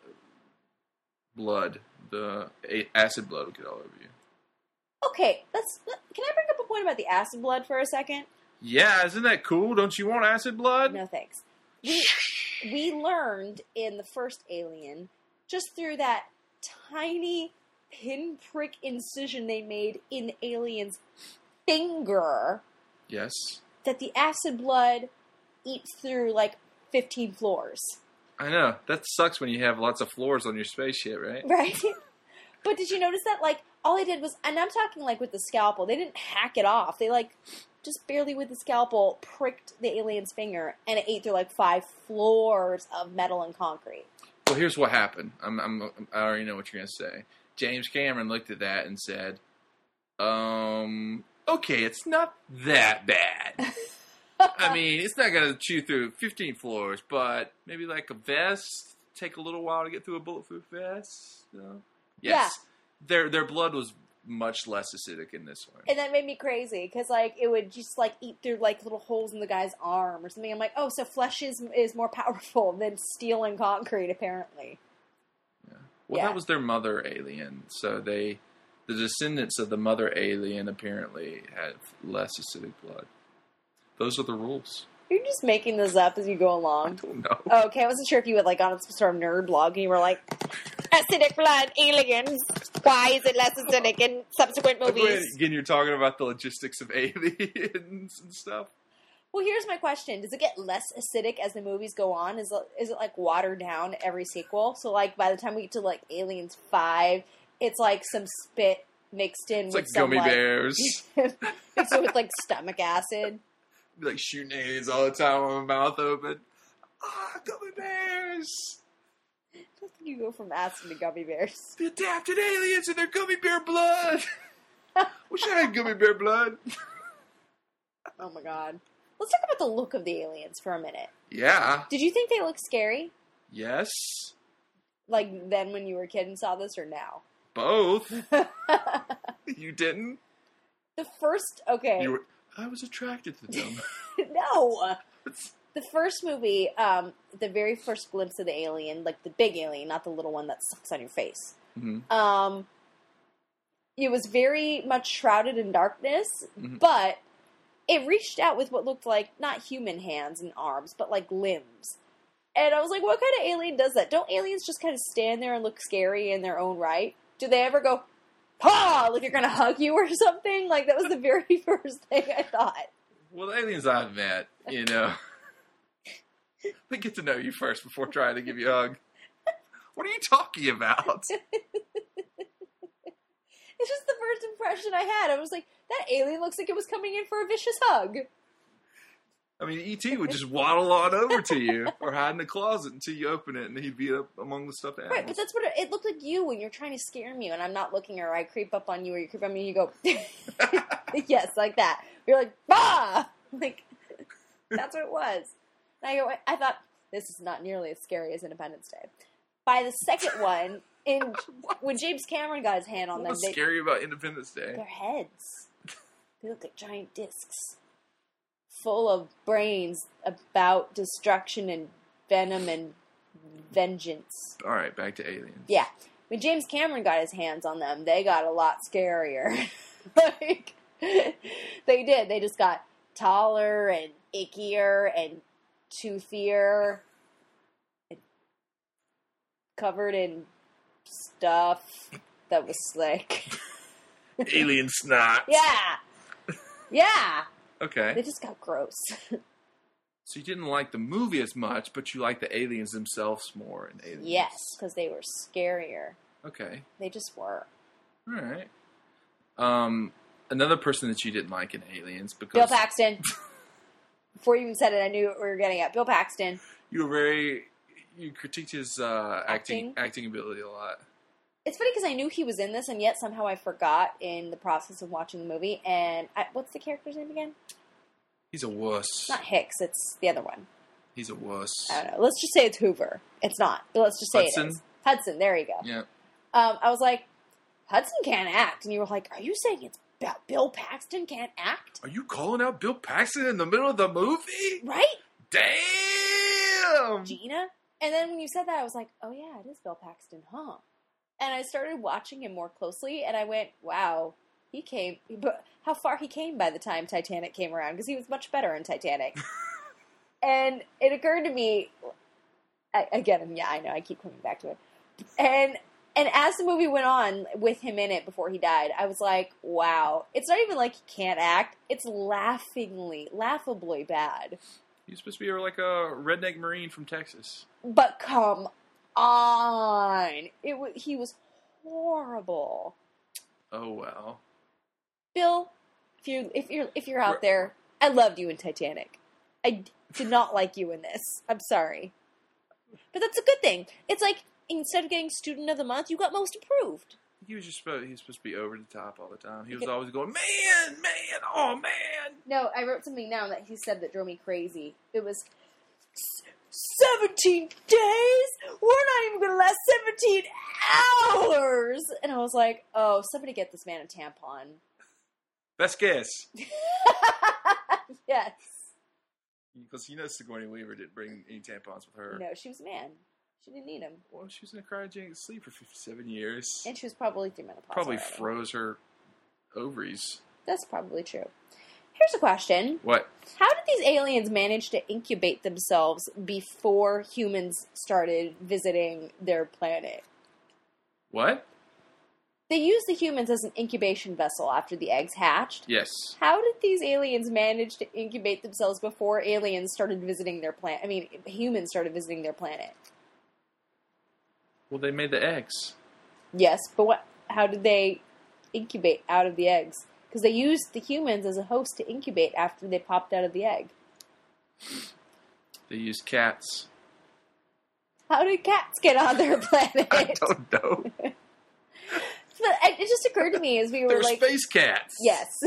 blood, the a- acid blood, will get all over you.
Okay, let's. Let, can I bring up a point about the acid blood for a second?
Yeah, isn't that cool? Don't you want acid blood?
No thanks. We we learned in the first Alien just through that tiny pinprick incision they made in the alien's finger
Yes.
that the acid blood eats through like 15 floors,
I know. That sucks when you have lots of floors on your spaceship, right?
right? but did you notice that like all they did was and I'm talking like with the scalpel, they didn't hack it off. They like just barely with the scalpel pricked the alien's finger and it ate through like five floors of metal and concrete.
Well, here's what happened. I'm, I'm, I already know what you're going to say. James Cameron looked at that and said, um, okay, it's not that bad. I mean, it's not going to chew through 15 floors, but maybe like a vest, take a little while to get through a bulletproof vest. You know? Yes. Their, their blood was much less acidic in this one.
And that made me crazy because like it would just like eat through like little holes in the guy's arm or something. I'm like, oh, so flesh is is more powerful than steel and concrete apparently.
Well,
Yeah.
that was their mother alien, so they, the descendants of the mother alien, apparently have less acidic blood. Those are the rules.
You're just making this up as you go along.
I don't know.
Oh, okay, I wasn't sure if you had like on some sort of nerd blog and you were like, acidic blood aliens. Why is it less acidic in subsequent
Like, wait,
movies?
Again, you're talking about the logistics of aliens and stuff.
Well, here's my question: Does it get less acidic as the movies go on? Is is it like watered down every sequel? So like by the time we get to like Aliens Five, it's like some spit mixed in
It's
with
like
some
gummy
like
bears.
mixed in with like stomach acid.
be like shooting aliens all the time with my mouth open. Ah, gummy bears!
I don't think you go from acid to gummy bears.
The adapted aliens and their gummy bear blood! Wish I had gummy bear blood.
Oh my god. Let's talk about the look of the aliens for a minute.
Yeah.
Did you think they looked scary?
Yes.
Like then when you were a kid and saw this, or now?
Both. you didn't?
The first, okay,
You were. I was attracted to them.
no. The first movie, um, the very first glimpse of the alien, like the big alien, not the little one that sucks on your face.
Mhm.
Um, it was very much shrouded in darkness,
Mhm.
but it reached out with what looked like not human hands and arms, but like limbs. And I was like, what kind of alien does that? Don't aliens just kind of stand there and look scary in their own right? Do they ever go, ha, like they're going to hug you or something? Like that was the very first thing I thought.
Well, the aliens I've met, you know, they get to know you first before trying to give you a hug. What are you talking about?
It's just the first impression I had. I was like, that alien looks like it was coming in for a vicious hug.
I mean, ET would just waddle on over to you or hide in the closet until you open it, and he'd be up among the stuffed
Right, but
animals.
that's what it, it looked like you when you're trying to scare me and I'm not looking or I creep up on you or you creep on me and you go, yes, like that. You're like, bah! Like, that's what it was. And I, go, I thought, this is not nearly as scary as Independence Day. By the second one, in when James Cameron got his hand on
What
them,
was
they,
scary about Independence Day?
their heads. They look like giant discs full of brains about destruction and venom and vengeance.
All right, back to aliens.
Yeah. When James Cameron got his hands on them, they got a lot scarier. like they did. They just got taller and ickier and toothier and covered in stuff that was slick.
Alien snot.
Yeah. Yeah. They
Okay.
just got gross.
So you didn't like the movie as much, but you liked the aliens themselves more. And aliens.
yes, because they were scarier.
Okay.
They just were.
All right. Um, another person that you didn't like in Aliens
Bill
because
Paxton. Before you even said it, I knew what we were getting at. Bill Paxton.
you were very you critiqued his uh, acting
Acting?
acting ability a lot.
It's funny because I knew he was in this, and yet somehow I forgot in the process of watching the movie. And I, what's the character's name again?
He's a wuss.
Not Hicks. It's the other one.
He's a wuss.
I don't know. Let's just say it's Hoover. It's not. But let's just say
Hudson?
it is Hudson. There you go.
Yeah.
Um, I was like, Hudson can't act, and you were like, Are you saying it's Ba- Bill Paxton can't act?
Are you calling out Bill Paxton in the middle of the movie?
Right?
Damn.
Gina. And then when you said that, I was like, oh yeah, it is Bill Paxton, huh? And I started watching him more closely, and I went, wow, he came, but how far he came by the time Titanic came around, because he was much better in Titanic. and it occurred to me, I, again, yeah, I know, I keep coming back to it. And and as the movie went on with him in it before he died, I was like, wow, it's not even like he can't act; it's laughingly, laughably bad.
He's supposed to be like a redneck marine from Texas.
But come on, it wa he was horrible.
Oh well.
Bill, if you if you're if you're out
Right.
there, I loved you in Titanic. I d- did not like you in this. I'm sorry, but that's a good thing. It's like instead of getting student of the month, you got most improved.
He was just supposed he was supposed to be over the top all the time. He was
Yeah.
always going, Man, man, oh man.
No, I wrote something down that he said that drove me crazy. It was. "S- 17 days? We're not even gonna last 17 hours! And I was like, oh, somebody get this man a tampon.
Best guess.
yes.
Because you know Sigourney Weaver didn't bring any tampons with her.
No, she was a man. She didn't need him.
Well, she was in a cryogenic sleep for 57 years.
And she was probably through menopause.
Probably
already.
froze her ovaries.
That's probably true. Here's a question
What?
How did these aliens manage to incubate themselves before humans started visiting their planet?
What?
They used the humans as an incubation vessel after the eggs hatched.
Yes.
How did these aliens manage to incubate themselves before aliens started visiting their planet? I mean, humans started visiting their planet.
Well, they made the eggs.
Yes, but what? How did they incubate out of the eggs? because they used the humans as a host to incubate after they popped out of the egg.
They use cats.
How did cats get on their planet?
I don't know.
But it it just occurred to me as we
They
were
were
like,
space cats.
yes.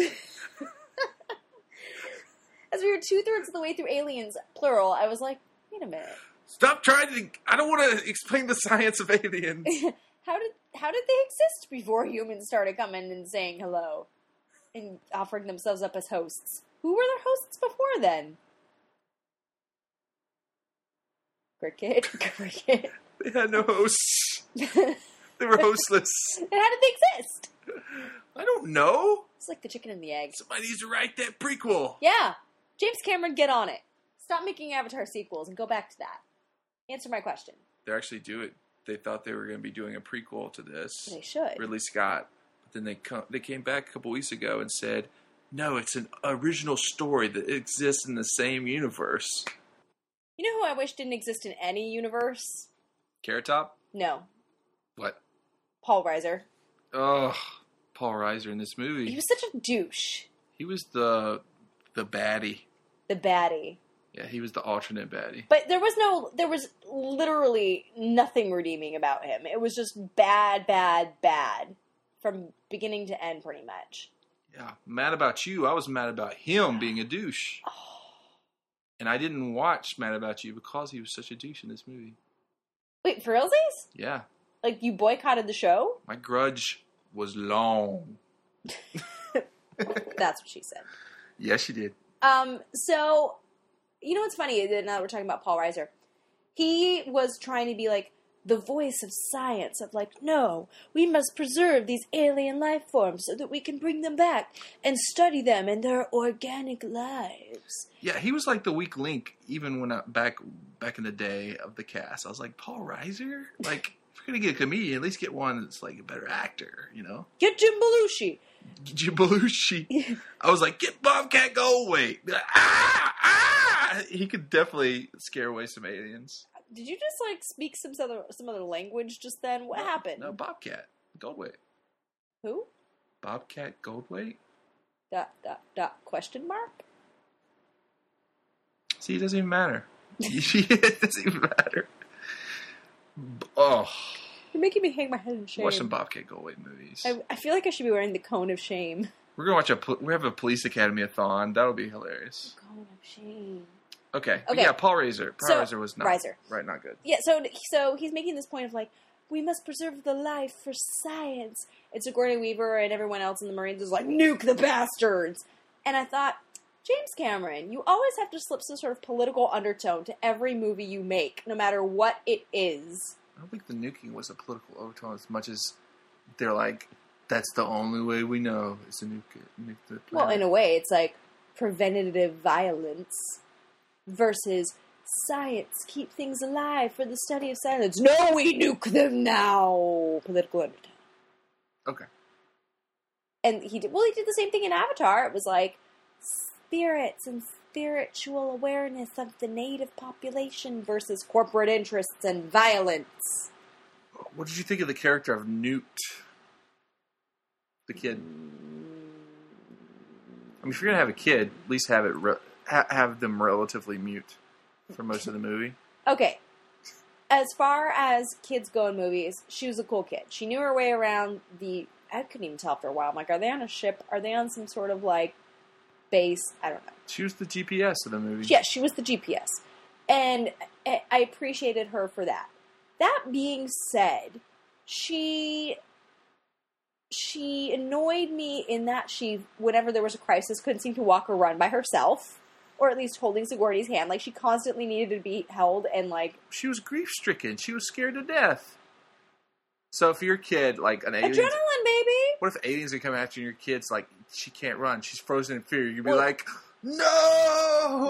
as we were two thirds of the way through aliens, plural, I was like, wait a minute.
Stop trying to. I don't want to explain the science of aliens.
how did how did they exist before humans started coming and saying hello and offering themselves up as hosts? Who were their hosts before then? Cricket, cricket.
They had no hosts.
and
They were hostless.
how did they exist?
I don't know.
It's like the chicken and the egg.
Somebody needs to write that prequel.
Yeah, James Cameron, get on it. Stop making Avatar sequels and go back to that. Answer my question.
They're actually do it. They thought they were going to be doing a prequel to this.
They should.
Ridley Scott. But then they come, they came back a couple weeks ago and said, "No, it's an original story that exists in the same universe."
You know who I wish didn't exist in any universe?
Carrot Top.
No,
What?
Paul Reiser.
Ugh. Paul Reiser in this movie.
He was such a douche.
He was the the baddie.
The baddie.
Yeah, he was the alternate baddie.
But there was no, there was literally nothing redeeming about him. It was just bad, bad, bad from beginning to end, pretty much.
Yeah, mad about you. I was mad about him being a douche.
Oh.
And I didn't watch Mad About You because he was such a douche in this movie.
Wait, for realsies?
Yeah,
Like you boycotted the show?
my grudge was long.
That's what she said.
Yes, she did.
Um, so you know what's funny? that Now that we're talking about Paul Reiser, he was trying to be like the voice of science of like, no, we must preserve these alien life forms so that we can bring them back and study them and their organic lives.
Yeah, he was like the weak link even when I, back back in the day of the cast. I was like, Paul Reiser? Like, if we're gonna get a comedian, at least get one that's like a better actor, you know?
Get Jim Belushi.
Jim Belushi. I was like, get Bobcat Goldway. Ah, ah! He could definitely scare away some aliens.
Did you just like speak some other some other language just then? What
No,
happened?
No, Bobcat Goldway.
Who?
Bobcat Goldway.
Dot dot dot question mark.
See, it doesn't even matter. it doesn't even matter. B- Oh,
You're making me hang my head in shame.
watch some Bobcat Goldway movies.
I, I feel like I should be wearing the cone of shame.
We're gonna watch a. pol- We have a Police Academy a thon. That'll be hilarious.
Cone of shame.
Okay. but
Okay.
Yeah, Paul Reiser. Paul
So,
Reiser was not
Reiser.
right. Not good.
Yeah, so so he's making this point of like, we must preserve the life for science. And Sigourney Weaver and everyone else in the Marines is like, nuke the bastards. And I thought, James Cameron, you always have to slip some sort of political undertone to every movie you make, no matter what it is.
I don't think the nuking was a political overtone as much as they're like, that's the only way we know is to nuke, it- nuke the planet.
Well, in a way, it's like preventative violence versus science. Keep things alive for the study of science. No, we nuke them now. Political undertone.
okay.
and he did well he did the same thing in avatar it was like spirits and spiritual awareness of the native population versus corporate interests and violence
What did you think of the character of Newt? The kid. I mean, if you're gonna have a kid, at least have it re- ha- have them relatively mute for most of the movie.
okay as far as kids go in movies she was a cool kid she knew her way around the i couldn't even tell for a while i'm like are they on a ship are they on some sort of like base i don't know
She was the GPS of the movie.
Yes, she was the GPS. And I I appreciated her for that. That being said, she she annoyed me in that she whenever there was a crisis couldn't seem to walk or run by herself or at least holding Sigourney's hand like she constantly needed to be held and like
She was grief stricken. She was scared to death. So if your kid, like an alien,
adrenaline baby
what if aliens are coming after you and your kid's like she can't run, she's frozen in fear? You'd be
Well-
like, no,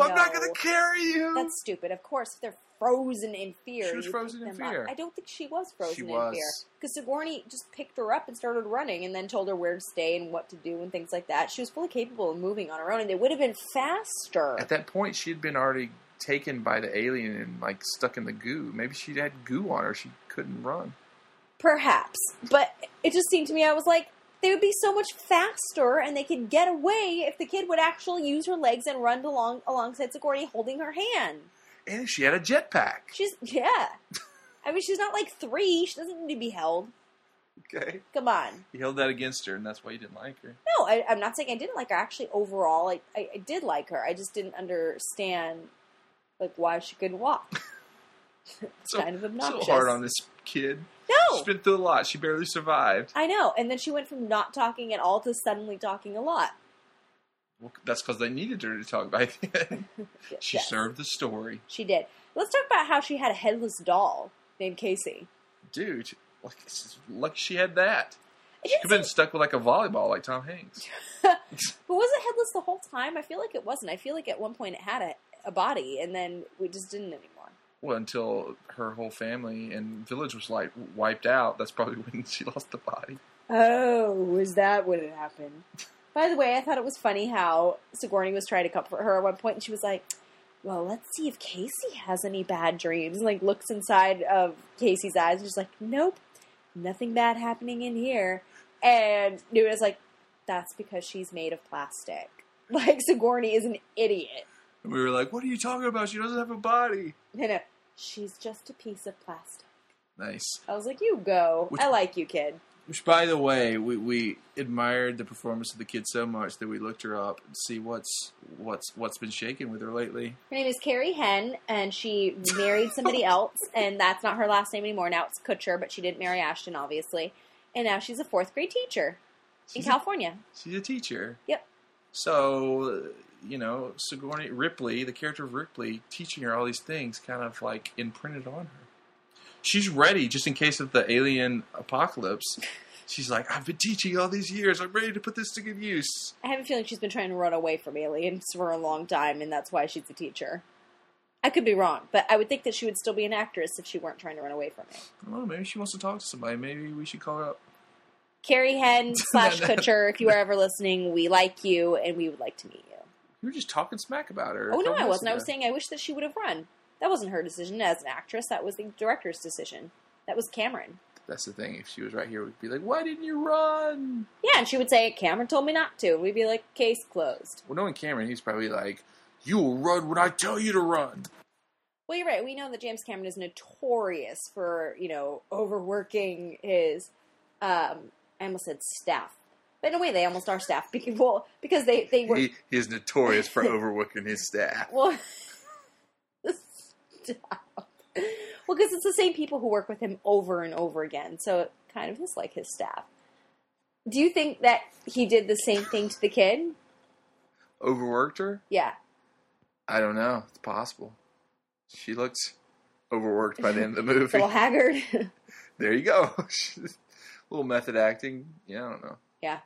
I'm not
No.
gonna carry you.
that's stupid of course if they're frozen in fear
She was
you
frozen
pick
in
them up.
fear.
I don't think she was frozen
She
in
was.
fear because Sigourney just picked her up and started running, and then told her where to stay and what to do and things like that. She was fully capable of moving on her own, and they would have been faster.
At that point, she had been already taken by the alien and like stuck in the goo. Maybe she had goo on her. She couldn't run.
Perhaps, but it just seemed to me I was like, they would be so much faster and they could get away if the kid would actually use her legs and run along alongside Sigourney holding her hand.
And she had a jetpack.
She's yeah. I mean, she's not like three. She doesn't need to be held.
Okay.
Come on.
You held that against her, and that's why you didn't like her.
No, I, I'm not saying I didn't like her. Actually, overall, I, I, I did like her. I just didn't understand like why she couldn't walk. it's
So-
kind of obnoxious.
So hard on this kid. She's
No,
been through a lot. She barely survived.
I know. And then she went from not talking at all to suddenly talking a lot.
Well, that's because they needed her to talk back then. she
Yes,
served the story.
She did. Let's talk about how she had a headless doll named Casey.
Dude, like, it's just- like she had that.
It
She
didn't
could have been stuck with like a volleyball like Tom Hanks.
But was it headless the whole time? I feel like it wasn't. I feel like at one point it had a, a body, and then we just didn't anymore.
Well, until her whole family and village was like wiped out. That's probably when she lost the body.
Oh, is that what had happened? By the way, I thought it was funny how Sigourney was trying to comfort her at one point, and she was like, "Well, let's see if Casey has any bad dreams." And like looks inside of Casey's eyes, and she's like, "Nope, nothing bad happening in here." And Nuna's like, "That's because she's made of plastic." Like Sigourney is an idiot.
And we were like, "What are you talking about? She doesn't have a body."
No, no, she's just a piece of plastic.
Nice.
I was like, you go.
Which-
I like you, kid.
Which, by the way, we, we admired the performance of the kid so much that we looked her up and see what's what's what's been shaking with her lately.
Her name is Carrie Henn, and she married somebody else, and that's not her last name anymore. Now it's Kutcher, but she didn't marry Ashton, obviously. And now she's a fourth grade teacher in
She's a,
California.
she's a teacher.
Yep.
So uh, you know, Sigourney Ripley, the character of Ripley, teaching her all these things, kind of like imprinted on her. She's ready, just in case of the alien apocalypse. She's like, I've been teaching all these years. I'm ready to put this to good use.
I have a feeling she's been trying to run away from aliens for a long time, and that's why she's a teacher. I could be wrong, but I would think that she would still be an actress if she weren't trying to run away from it.
I don't know. Maybe she wants to talk to somebody. Maybe we should call her up.
Carrie Henn slash
No, no.
Kutcher, if you are ever listening, we like you, and we would like to meet you.
You were just talking smack about her. a
Oh no,
couple
I
minutes
wasn't. I
ago.
was saying I wish that she would have run. That wasn't her decision as an actress. That was the director's decision. That was Cameron.
that's the thing. If she was right here, we'd be like, "Why didn't you run?"
Yeah, and she would say, "Cameron told me not to." And we'd be like, "Case closed."
Well, knowing Cameron, he's probably like, "You will run when I tell you to run."
Well, you're right. We know that James Cameron is notorious for you know overworking his. Um, I almost said staff, but in a way, they almost are staff because well, because they they work.
He, he is notorious for overworking his staff.
Well, stop. Well, because it's the same people who work with him over and over again, so it kind of is like his staff. Do you think that he did the same thing to the kid?
Overworked her?
Yeah.
I don't know. It's possible. She looks overworked by the end of the
It's
movie.
a little haggard.
there you go. a little method acting. Yeah, I don't know.
yeah.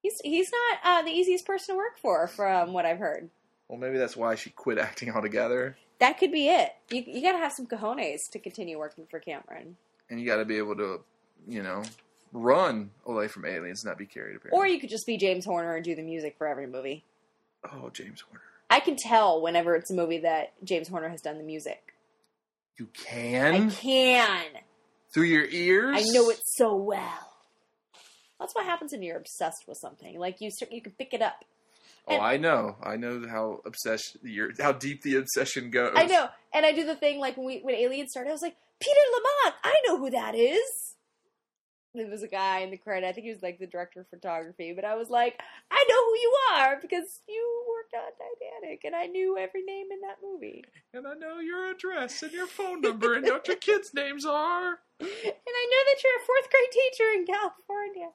He's he's not uh, the easiest person to work for, from what I've heard.
Well, maybe that's why she quit acting altogether.
That could be it. You you gotta have some cojones to continue working for Cameron,
And you got to be able to, you know, run away from aliens, not be carried. Apparently.
or you could just be James Horner and do the music for every movie.
oh, James Horner.
I can tell whenever it's a movie that James Horner has done the music.
You
I
Hmm?
can
can.
through your ears.
I know it so well. That's what happens when you're obsessed with something. Like you, cer- you can pick it up.
Oh, I know. I know how obsession. Your how deep the obsession goes.
I know, and I do the thing like when we when Alien started, I was like Peter Lamont. I know who that is. And There was a guy in the credit. I think he was like the director of photography, but I was like, I know who you are because you worked on Titanic, and I knew every name in that movie,
And I know your address and your phone number and what your kids' names are.
and I know that you're a fourth grade teacher in California.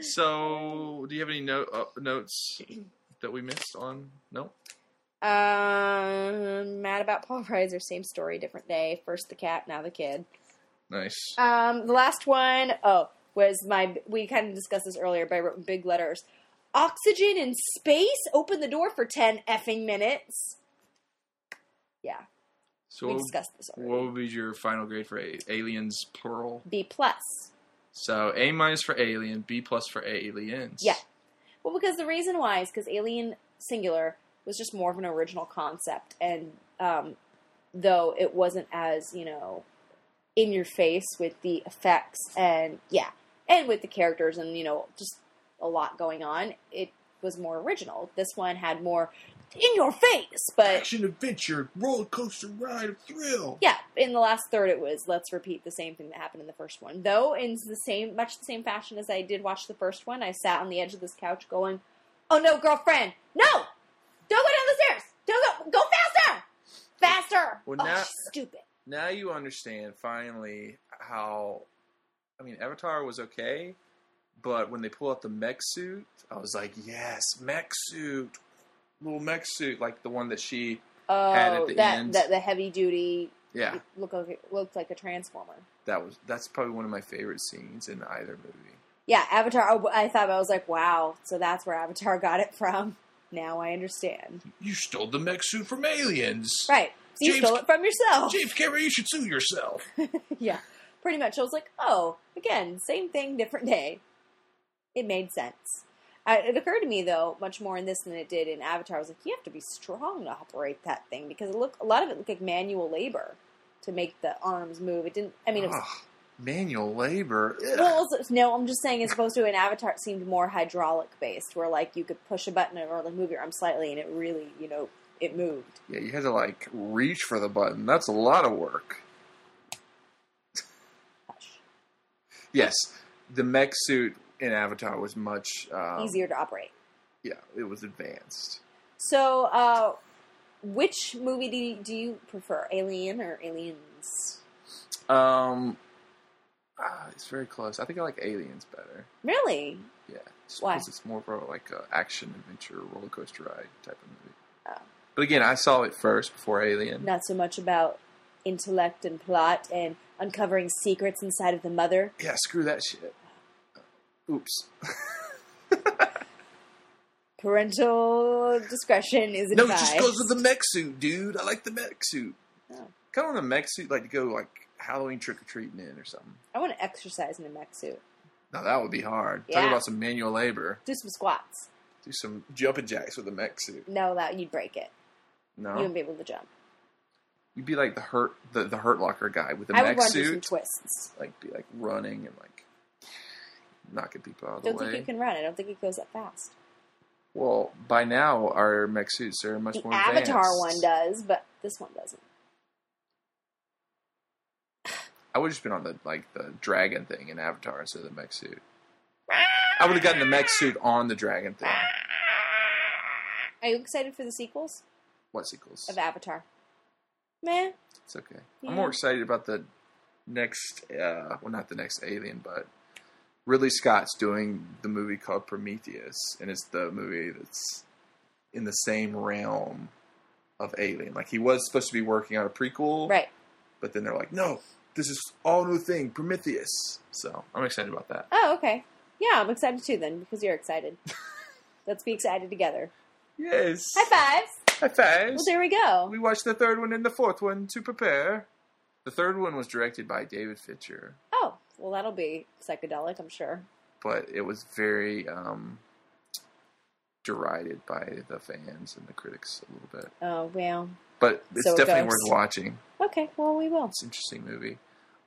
So, do you have any note, uh, notes that we missed on? No.
Um, mad about Paul Reiser. Same story, different day. First the cat, now the kid.
Nice.
Um, the last one, oh, was my. We kind of discussed this earlier, but I wrote in big letters. Oxygen in space. Open the door for ten effing minutes. Yeah,
So,
we
what-
discussed this
what
already.
would be your final grade for a- aliens plural?
B plus.
So, A minus for alien, B plus for aliens.
Yeah. Well, because the reason why is because Alien Singular was just more of an original concept, and um, though it wasn't as you know in your face with the effects, and yeah, and with the characters and you know just a lot going on, it was more original. This one had more in your face, but
Action adventure, roller coaster ride of thrill.
yeah, in the last third it was let's repeat the same thing that happened in the first one. Though in the same much the same fashion as I did watch the first one, I sat on the edge of this couch going, "Oh no, girlfriend. No! Don't go down the stairs. Don't go go faster. Faster."
Well,
oh,
now-
she's stupid.
now you understand finally how I mean Avatar was okay, but when they pull out the mech suit, I was like, Yes, mech suit. Little mech suit, like the one that she Had
Oh,
at the
that,
end.
that the heavy duty
Yeah.
look like, looked like a transformer.
That was that's probably one of my favorite scenes in either movie.
Yeah, Avatar. oh, I thought I was like, wow. So that's where Avatar got it from. Now I understand.
You stole the mech suit from aliens.
Right. So you
James-
stole it from yourself.
James Cameron, you should sue yourself.
yeah, pretty much. I was like, oh, again, same thing, different day. It made sense. I, it occurred to me though, much more in this than it did in Avatar. I was like, you have to be strong to operate that thing because it looked a lot of it looked like manual labor to make the arms move. It didn't. I mean, it was
Ugh, Ah, manual labor. Ugh.
Well, also- no, I'm just saying it's supposed to. An avatar seemed more hydraulic based, where like you could push a button or like move your arm slightly, and it really, you know, it moved.
Yeah, you had to like reach for the button. That's a lot of work.
Hush.
Yes, the mech suit in Avatar was much um,
Easier to operate.
Yeah, it was advanced.
So, uh, which movie do you, do you prefer, Alien or Aliens?
Um, ah, it's very close. I think I like Aliens better.
Really?
Yeah, just
Why?
because it's more of a, like a action adventure roller coaster ride type of movie.
Oh.
But again, I saw it first before Alien.
Not so much about intellect and plot and uncovering secrets inside of the mother.
Yeah, screw that shit. Oops.
Parental discretion is
No,
advised.
just goes with the mech suit, dude. I like the mech suit.
Oh.
Kind of on a mech suit, like to go like Halloween trick or treating in or something.
I want to exercise in a mech suit.
Now that would be hard.
Yeah.
Talk about some manual labor.
Do some squats.
Do some jumping jacks with a mech suit.
No, that you'd break it.
No,
You wouldn't be able to jump.
you'd be like the hurt the, the hurt locker guy with the
I would
mech
run
suit.
do some twists.
like be like running and like knocking people out of
Don't
the
think
way.
you can run. I don't think it goes that fast.
Well, by now our mech suits are much
The
more
Avatar
advanced.
one does, but this one doesn't.
I would have just been on the like the dragon thing in Avatar instead of the mech suit. I would have gotten the mech suit on the dragon thing.
Are you excited for the sequels
What sequels?
of Avatar? Meh.
It's okay.
Yeah.
I'm more excited about the next. uh Well, not the next Alien, but Ridley Scott's doing the movie called Prometheus, and it's the movie that's in the same realm of Alien. Like he was supposed to be working on a prequel,
Right.
But then they're like, no, this is all new thing, Prometheus. So I'm excited about that.
Oh, okay. Yeah, I'm excited too then because you're excited. Let's be excited together.
Yes.
High fives.
High
Well,
fives.
there we go.
we watched the third one and the fourth one to prepare. The third one was directed by David Fincher.
Oh, well, that'll be psychedelic, I'm sure.
but it was very um, derided by the fans and the critics a little bit.
Oh, well.
But it's
So it
definitely
goes.
worth watching.
Okay, well, we will.
It's an interesting movie.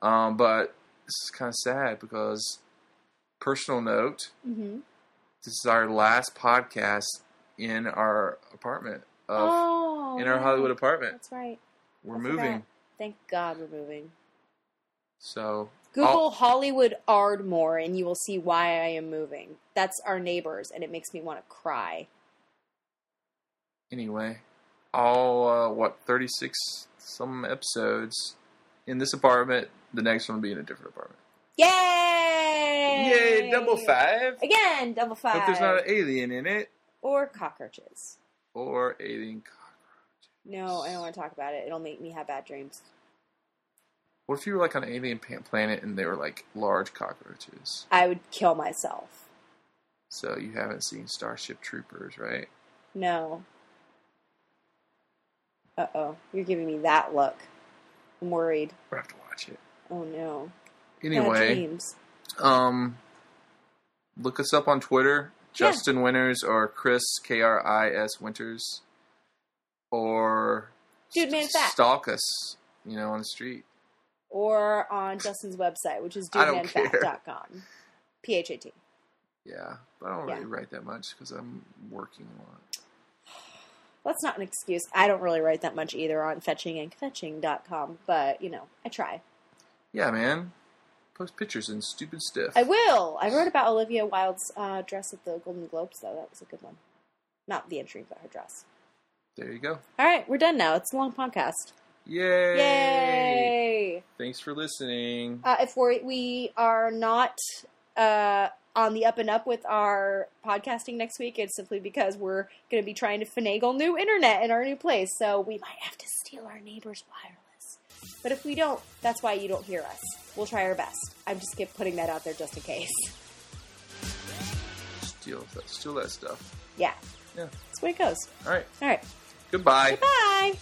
Um, but this is kind of sad because, personal note,
hmm
this is our last podcast in our apartment, of,
Oh.
in our
wow.
Hollywood apartment.
That's right.
We're
I forgot.
moving.
Thank God we're moving.
So,
Google Hollywood Ardmore and you will see why I am moving. That's our neighbors, and it makes me want to cry.
anyway, all, uh, what, 36 some episodes in this apartment. The next one will be in a different apartment.
Yay!
Yay, double five.
Again, double five.
But there's not an alien in it
or cockroaches.
or alien. co-
No, I don't want to talk about it. It'll make me have bad dreams.
What if you were like on an alien pa- planet and they were like large cockroaches?
I would kill myself.
So you haven't seen Starship Troopers, right?
No. Uh oh. You're giving me that look. I'm worried.
We have to watch it
Oh no. Bad
anyway.
dreams.
Um, look us up on Twitter,
Yeah.
Justin Winters or Chris K R I S Winters, or
Dude, man, fat.
stalk us, you know, on the street.
Or on Justin's website, which is
I don't care.
dudemanfat.com. P-H-A-T.
Yeah, but I don't
Yeah.
really write that much because I'm working a lot.
That's not an excuse. I don't really write that much either on fetchingandfetching.com, but, you know, I try.
Yeah, man. Post pictures and stupid stuff.
I will. I wrote about Olivia Wilde's uh, dress at the Golden Globes, though. That was a good one. Not the entry, but her dress.
there you go.
All right, we're done now. It's a long podcast.
Yay!
Yay!
Thanks for listening.
Uh, if we're, we are not uh, on the up and up with our podcasting next week, it's simply because we're going to be trying to finagle new internet in our new place. So we might have to steal our neighbor's wireless. But if we don't, that's why you don't hear us. We'll try our best. I'm just keep putting that out there just in case.
steal that, steal that stuff.
Yeah,
Yeah.
that's the way it goes.
All right.
All right,
Goodbye.
bye.